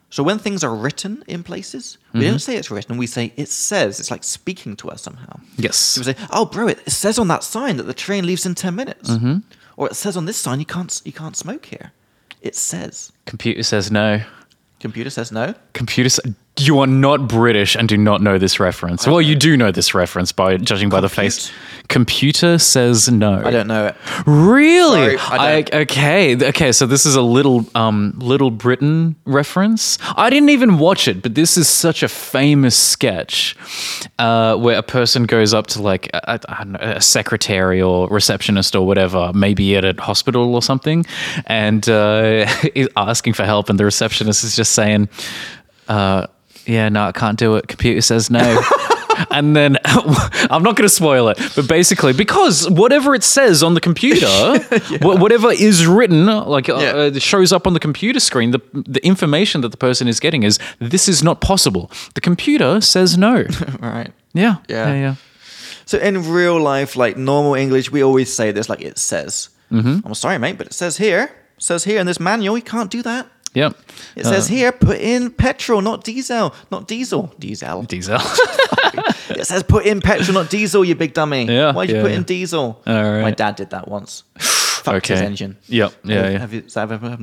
Speaker 1: So when things are written in places, we don't say it's written, we say it says. It's like speaking to us somehow.
Speaker 3: yes.
Speaker 1: People say, "Oh, bro, it it says on that sign that the train leaves in ten minutes,"
Speaker 3: Mm-hmm.
Speaker 1: or it says on this sign you can't you can't smoke here. It says.
Speaker 3: Computer says no.
Speaker 1: Computer says no.
Speaker 3: Computer says you are not British and do not know this reference. Well, you do know this reference by judging by the face. Computer says no.
Speaker 1: I don't know it. (laughs)
Speaker 3: Really?
Speaker 1: Sorry, I don't.
Speaker 3: okay. th- Okay. So this is a little um, Little Britain reference. I didn't even watch it, but this is such a famous sketch uh, where a person goes up to like a, a- I don't know, a secretary or receptionist or whatever, maybe at a hospital or something, and uh, (laughs) is asking for help, and the receptionist is just saying, uh, "Yeah, no, I can't do it. Computer
Speaker 1: (laughs)
Speaker 3: says no." and then (laughs) I'm not going to spoil it, but basically, because whatever it says on
Speaker 1: (laughs)
Speaker 3: the computer, wha- whatever is written, like uh,
Speaker 1: Yeah.
Speaker 3: uh, shows up on the computer screen, the the information that the person is getting is this is not possible. The computer says
Speaker 1: (laughs)
Speaker 3: no.
Speaker 1: All right.
Speaker 3: Yeah,
Speaker 1: Yeah.
Speaker 3: yeah, yeah.
Speaker 1: So in
Speaker 3: Mm-hmm.
Speaker 1: real life, like normal English, we always say this, like it says. I'm sorry, mate, but it says here. says here in this manual, you can't do that.
Speaker 3: Yep.
Speaker 1: It says
Speaker 3: Uh,
Speaker 1: here, put in petrol, not diesel, not diesel, diesel. (laughs)
Speaker 3: Diesel.
Speaker 1: it says put in petrol, not diesel. You big dummy.
Speaker 3: Yeah,
Speaker 1: Why'd you
Speaker 3: yeah,
Speaker 1: put
Speaker 3: yeah.
Speaker 1: in diesel?
Speaker 3: All right.
Speaker 1: My dad did that once. Fucked his
Speaker 3: Okay.
Speaker 1: engine.
Speaker 3: Yep, yeah,
Speaker 1: Have,
Speaker 3: yeah.
Speaker 1: have you, has, that ever,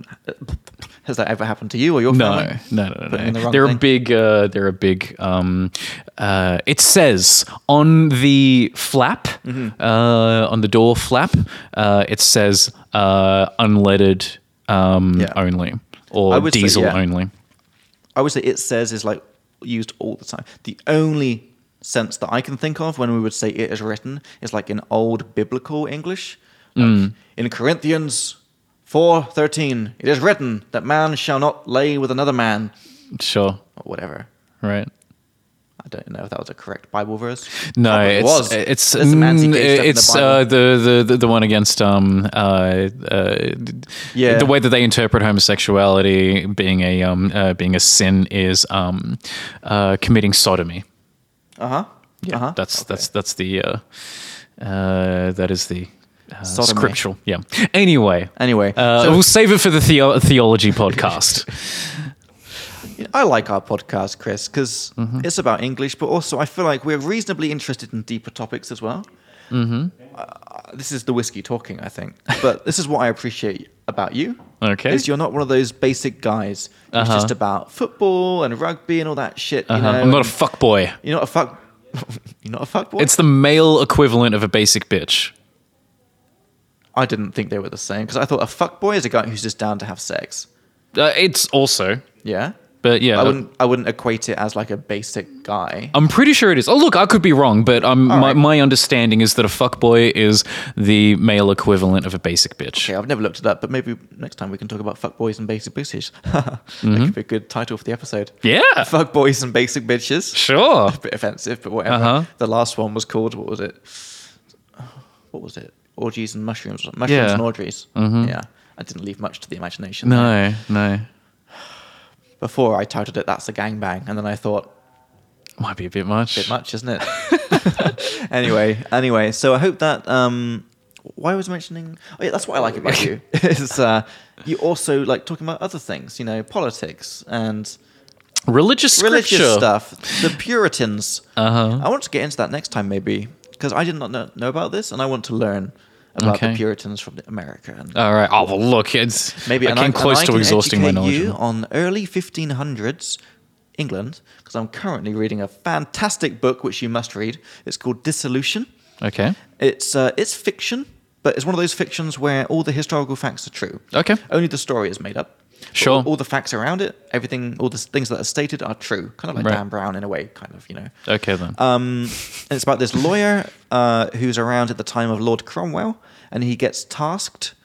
Speaker 1: has that ever happened to you or your
Speaker 3: No,
Speaker 1: family?
Speaker 3: no, no,
Speaker 1: Putting
Speaker 3: no.
Speaker 1: in the
Speaker 3: no.
Speaker 1: wrong
Speaker 3: they're
Speaker 1: thing.
Speaker 3: a big. Uh, they're a big. Um, uh, it says on the flap,
Speaker 1: Mm-hmm.
Speaker 3: uh, on the door flap, uh, it says uh, unleaded um,
Speaker 1: Yeah.
Speaker 3: only
Speaker 1: I
Speaker 3: or
Speaker 1: would say,
Speaker 3: diesel
Speaker 1: yeah.
Speaker 3: only.
Speaker 1: I would say it says is like used all the time. The only sense that I can think of when we would say it is written is like in old biblical English. Like,
Speaker 3: Mm.
Speaker 1: In Corinthians four thirteen, it is written that man shall not lay with another man
Speaker 3: Sure.
Speaker 1: or whatever.
Speaker 3: Right.
Speaker 1: I don't know if that was a correct Bible verse.
Speaker 3: No,
Speaker 1: Probably
Speaker 3: it's,
Speaker 1: was.
Speaker 3: it's
Speaker 1: There's some anti-gay
Speaker 3: mm,
Speaker 1: stuff in the
Speaker 3: it's
Speaker 1: Bible.
Speaker 3: uh, the, the the one against um uh, uh
Speaker 1: Yeah.
Speaker 3: the way that they interpret homosexuality being a um uh, being a sin is um uh committing sodomy.
Speaker 1: Uh-huh. uh-huh.
Speaker 3: That's
Speaker 1: Okay.
Speaker 3: that's that's the uh, uh that is the uh,
Speaker 1: Sodomy.
Speaker 3: scriptural. Yeah. Anyway,
Speaker 1: Anyway,
Speaker 3: uh,
Speaker 1: so-
Speaker 3: we'll save it for the theo- theology
Speaker 1: (laughs)
Speaker 3: podcast.
Speaker 1: I like our podcast, Chris, because
Speaker 3: Mm-hmm.
Speaker 1: it's about English, but also I feel like we're reasonably interested in deeper topics as well. Mm-hmm. Uh, this is the whiskey talking, I think,
Speaker 3: (laughs)
Speaker 1: but this is what I appreciate about you.
Speaker 3: Okay.
Speaker 1: is you're not one of those basic guys who's
Speaker 3: Uh-huh.
Speaker 1: just about football and rugby and all that shit. You
Speaker 3: Uh-huh.
Speaker 1: know,
Speaker 3: I'm not
Speaker 1: and
Speaker 3: a fuck boy.
Speaker 1: you're not a fuck. (laughs) you're not a fuck boy.
Speaker 3: It's the male equivalent of a basic bitch.
Speaker 1: I didn't think they were the same because I thought a fuck boy is a guy who's just down to have sex.
Speaker 3: Uh, it's also,
Speaker 1: Yeah.
Speaker 3: but yeah,
Speaker 1: I wouldn't. I wouldn't equate it as like a basic guy.
Speaker 3: I'm pretty sure it is. Oh, look, I could be wrong, but um, my,
Speaker 1: right.
Speaker 3: my understanding is that a fuckboy is the male equivalent of a basic bitch.
Speaker 1: Okay, I've never looked it up, but maybe next time we can talk about fuckboys and basic bitches. (laughs) that
Speaker 3: Mm-hmm.
Speaker 1: could be a good title for the episode.
Speaker 3: Yeah,
Speaker 1: Fuckboys and basic bitches.
Speaker 3: sure.
Speaker 1: A bit offensive, but whatever.
Speaker 3: Uh-huh.
Speaker 1: The last one was called, what was it? What was it? Orgies and mushrooms. Mushrooms
Speaker 3: Yeah. Mm-hmm.
Speaker 1: and orgies. Yeah. I didn't leave much to the imagination. there.
Speaker 3: No, no.
Speaker 1: Before I titled it That's a Gangbang, and then I thought,
Speaker 3: Might be a bit much.
Speaker 1: bit much, isn't it?
Speaker 3: (laughs)
Speaker 1: (laughs) anyway, anyway, so I hope that um why was I mentioning oh yeah, that's what I like about
Speaker 3: (laughs)
Speaker 1: you. is uh you also like talking about other things, you know, politics and
Speaker 3: Religious scripture.
Speaker 1: religious stuff. The Puritans.
Speaker 3: Uh-huh.
Speaker 1: I want to get into that next time maybe because I did not know, know about this and I want to learn about
Speaker 3: Okay.
Speaker 1: the Puritans from America and
Speaker 3: All right. Oh well, look, it's
Speaker 1: maybe
Speaker 3: I
Speaker 1: and
Speaker 3: came
Speaker 1: and
Speaker 3: close
Speaker 1: I
Speaker 3: to
Speaker 1: can
Speaker 3: exhausting my
Speaker 1: educate
Speaker 3: knowledge.
Speaker 1: you
Speaker 3: of it.
Speaker 1: on early 1500s England because I'm currently reading a fantastic book which you must read. It's called Dissolution.
Speaker 3: Okay.
Speaker 1: It's uh, it's fiction, but it's one of those fictions where all the historical facts are true.
Speaker 3: Okay. Oh.
Speaker 1: Only the story is made up.
Speaker 3: Sure.
Speaker 1: All, all the facts around it, everything, all the s- things that are stated are true. Kind of like
Speaker 3: Right.
Speaker 1: Dan Brown in a way, kind of, you know.
Speaker 3: Okay then.
Speaker 1: Um, and it's about this lawyer uh, who's around at the time of Lord Cromwell, and he gets tasked.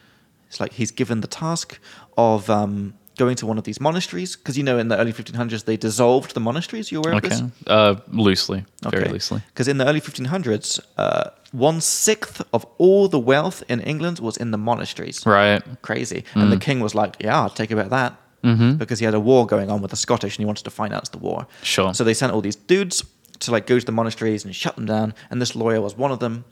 Speaker 1: It's like he's given the task of um, going to one of these monasteries because you know in the early 1500s they dissolved the monasteries. You aware of
Speaker 3: okay.
Speaker 1: this?
Speaker 3: Uh, loosely, very loosely.
Speaker 1: Because in the early 1500s, uh, one sixth of all the wealth in England was in the monasteries.
Speaker 3: Right.
Speaker 1: Crazy. And
Speaker 3: Mm.
Speaker 1: the king was like, yeah, I'll take about that. Mm-hmm. Because he had a war going on with the Scottish and he wanted to finance the war.
Speaker 3: Sure.
Speaker 1: So they sent all these dudes to like go to the monasteries and shut them down. And this lawyer was one of them.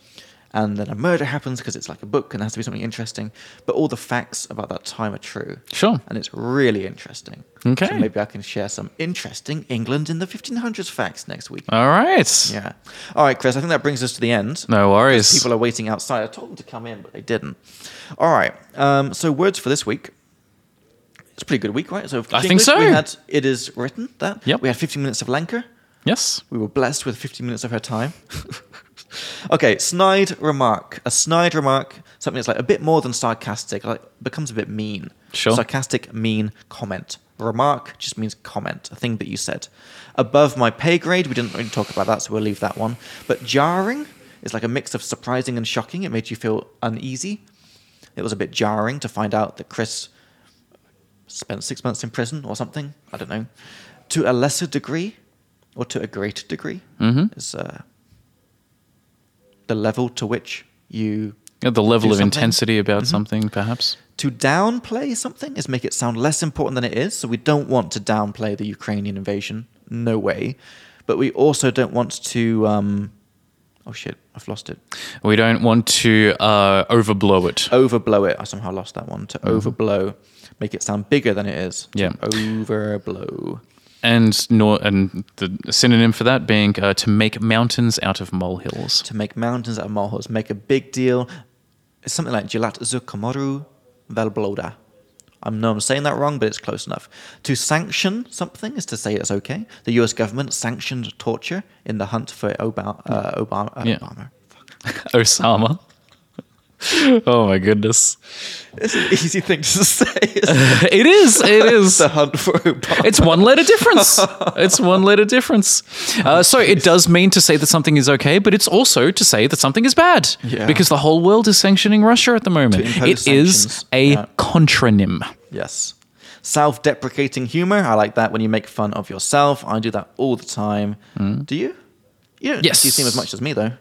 Speaker 1: And then a murder happens because it's like a book and there has to be something interesting. But all the facts about that time are true.
Speaker 3: Sure.
Speaker 1: And it's really interesting. So
Speaker 3: Okay.
Speaker 1: maybe I can share some interesting England in the 1500s facts next week.
Speaker 3: All right.
Speaker 1: Yeah. All right, Chris, I think that brings us to the end.
Speaker 3: No worries.
Speaker 1: People are waiting outside. I told them to come in, but they didn't. All right. Um, so, words for this week. It's a pretty good week, right? So, for
Speaker 3: I think
Speaker 1: English,
Speaker 3: so.
Speaker 1: We had It Is Written, that.
Speaker 3: Yep.
Speaker 1: We had 15 minutes of Lanker.
Speaker 3: yes.
Speaker 1: We were blessed with 15 minutes of her time. (laughs) okay, snide remark. A snide remark, something that's like a bit more than sarcastic, like becomes a bit mean.
Speaker 3: Sure.
Speaker 1: Sarcastic, mean comment. Remark just means comment, a thing that you said. Above my pay grade, we didn't really talk about that, so we'll leave that one. But jarring is like a mix of surprising and shocking. It made you feel uneasy. It was a bit jarring to find out that Chris spent six months in prison or something. I don't know. To a lesser degree or to a greater degree
Speaker 3: Mhm.
Speaker 1: is uh, the level to which you
Speaker 3: At the level
Speaker 1: Do
Speaker 3: of
Speaker 1: something. Mm-hmm.
Speaker 3: intensity about something, perhaps.
Speaker 1: to downplay something is make it sound less important than it is. So we don't want to downplay the Ukrainian invasion, no way. But we also don't want to. Um, Oh shit, I've lost it.
Speaker 3: We don't want to uh, overblow it.
Speaker 1: Oh. Overblow it. I somehow lost that one. To overblow, make it sound bigger than it is. To
Speaker 3: Yeah.
Speaker 1: Overblow.
Speaker 3: And nor and the synonym for that being uh, to make mountains out of molehills.
Speaker 1: (laughs) To make mountains out of molehills, make a big deal. It's something like Gelat Zukomoru Velbloda. I know I'm saying that wrong, but it's close enough. To sanction something is to say it's okay. The US government sanctioned torture in the hunt for Obama. Uh, Obama, uh,
Speaker 3: Yeah.
Speaker 1: Obama.
Speaker 3: Osama. (laughs) oh my goodness! (laughs)
Speaker 1: It's an easy thing to (laughs) say. isn't it?
Speaker 3: It is. It
Speaker 1: (laughs)
Speaker 3: is.
Speaker 1: the hunt for Obama.
Speaker 3: It's one letter difference. It's one letter difference. Uh, so it does mean to say that something is okay, but it's also to say that something is bad
Speaker 1: Yeah.
Speaker 3: because the whole world is sanctioning Russia at the moment.
Speaker 1: impose
Speaker 3: It is
Speaker 1: sanctions.
Speaker 3: a
Speaker 1: Yeah.
Speaker 3: contronym.
Speaker 1: Yes. Self deprecating humor. I like that when you make fun of yourself. I do that all the time. Do you? You don't
Speaker 3: Hmm. Yes.
Speaker 1: you seem as much as me, though.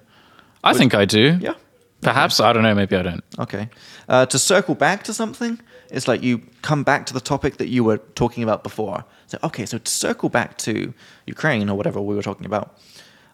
Speaker 3: I think I do.
Speaker 1: Yeah.
Speaker 3: Perhaps I don't know. Maybe I don't.
Speaker 1: Okay. Uh, to circle back to something, it's like you come back to the topic that you were talking about before. So, okay, so to circle back to Ukraine or whatever we were talking about,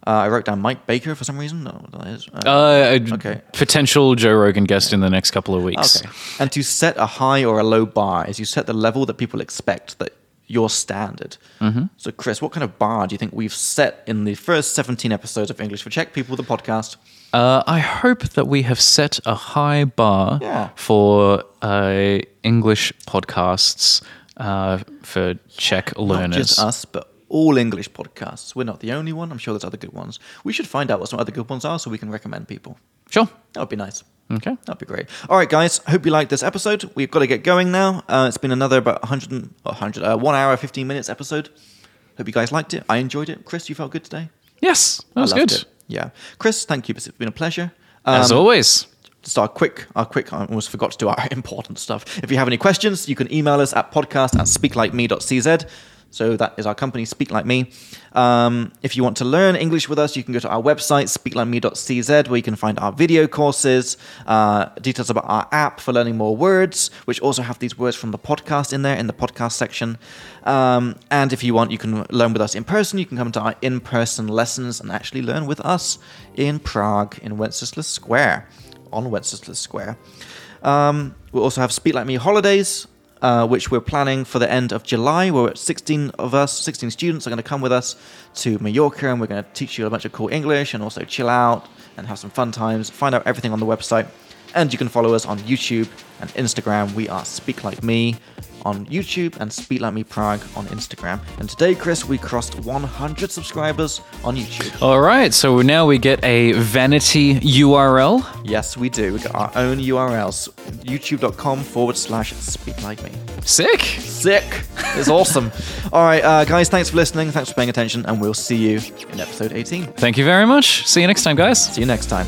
Speaker 1: uh, I wrote down Mike Baker for some reason. No, that is, uh,
Speaker 3: Uh,
Speaker 1: Okay.
Speaker 3: Potential Joe Rogan guest in the next couple of weeks.
Speaker 1: Okay. And to set a high or a low bar is you set the level that people expect that your standard. Mm-hmm. So, Chris, what kind of bar do you think we've set in the first 17 episodes of English for Czech People, the podcast?
Speaker 3: Uh, I hope that we have set a high bar
Speaker 1: Yeah.
Speaker 3: for uh, English podcasts uh, for Czech
Speaker 1: Not
Speaker 3: learners.
Speaker 1: just us, but all English podcasts. We're not the only one. I'm sure there's other good ones. We should find out what some other good ones are so we can recommend people.
Speaker 3: Sure.
Speaker 1: That would be nice.
Speaker 3: Okay.
Speaker 1: That'd be great. All right, guys. Hope you liked this episode. We've got to get going now. Uh, it's been another about 100, and- 100 uh, one hour, 15 minutes episode. Hope you guys liked it. I enjoyed it. Chris, you felt good today?
Speaker 3: Yes, that
Speaker 1: I
Speaker 3: was
Speaker 1: loved
Speaker 3: good.
Speaker 1: it. Yeah, Chris, thank you. It's been a pleasure.
Speaker 3: As
Speaker 1: Um,
Speaker 3: always.
Speaker 1: just our quick, our quick. I almost forgot to do our (laughs) important stuff. If you have any questions, you can email us at podcast at speaklikeme.cz. So that is our company, Speak Like Me. Um, if you want to learn English with us, you can go to our website, speaklikeme.cz, where you can find our video courses, uh, details about our app for learning more words, which also have these words from the podcast in there in the podcast section. Um, and if you want, you can learn with us in person. You can come to our in person lessons and actually learn with us in Prague, in Wenceslas Square on Wenceslas Square. Um, we also have Speak Like Me holidays, uh, which we're planning for the end of July. We're at 16 of us, 16 students are going to come with us to Mallorca, and we're going to teach you a bunch of cool English and also chill out and have some fun times. Find out everything on the website, and you can follow us on YouTube and Instagram. We are Speak Like Me on YouTube and Speak Like Me Prague on Instagram. And today, Chris, we crossed 100 subscribers on YouTube.
Speaker 3: All right, so now we get a vanity URL.
Speaker 1: Yes, we do. We got our own URLs. YouTube.com forward slash speak like me.
Speaker 3: Sick.
Speaker 1: Sick. It's awesome. (laughs) All right, uh, guys, thanks for listening. Thanks for paying attention. And we'll see you in episode 18.
Speaker 3: Thank you very much. See you next time, guys.
Speaker 1: See you next time.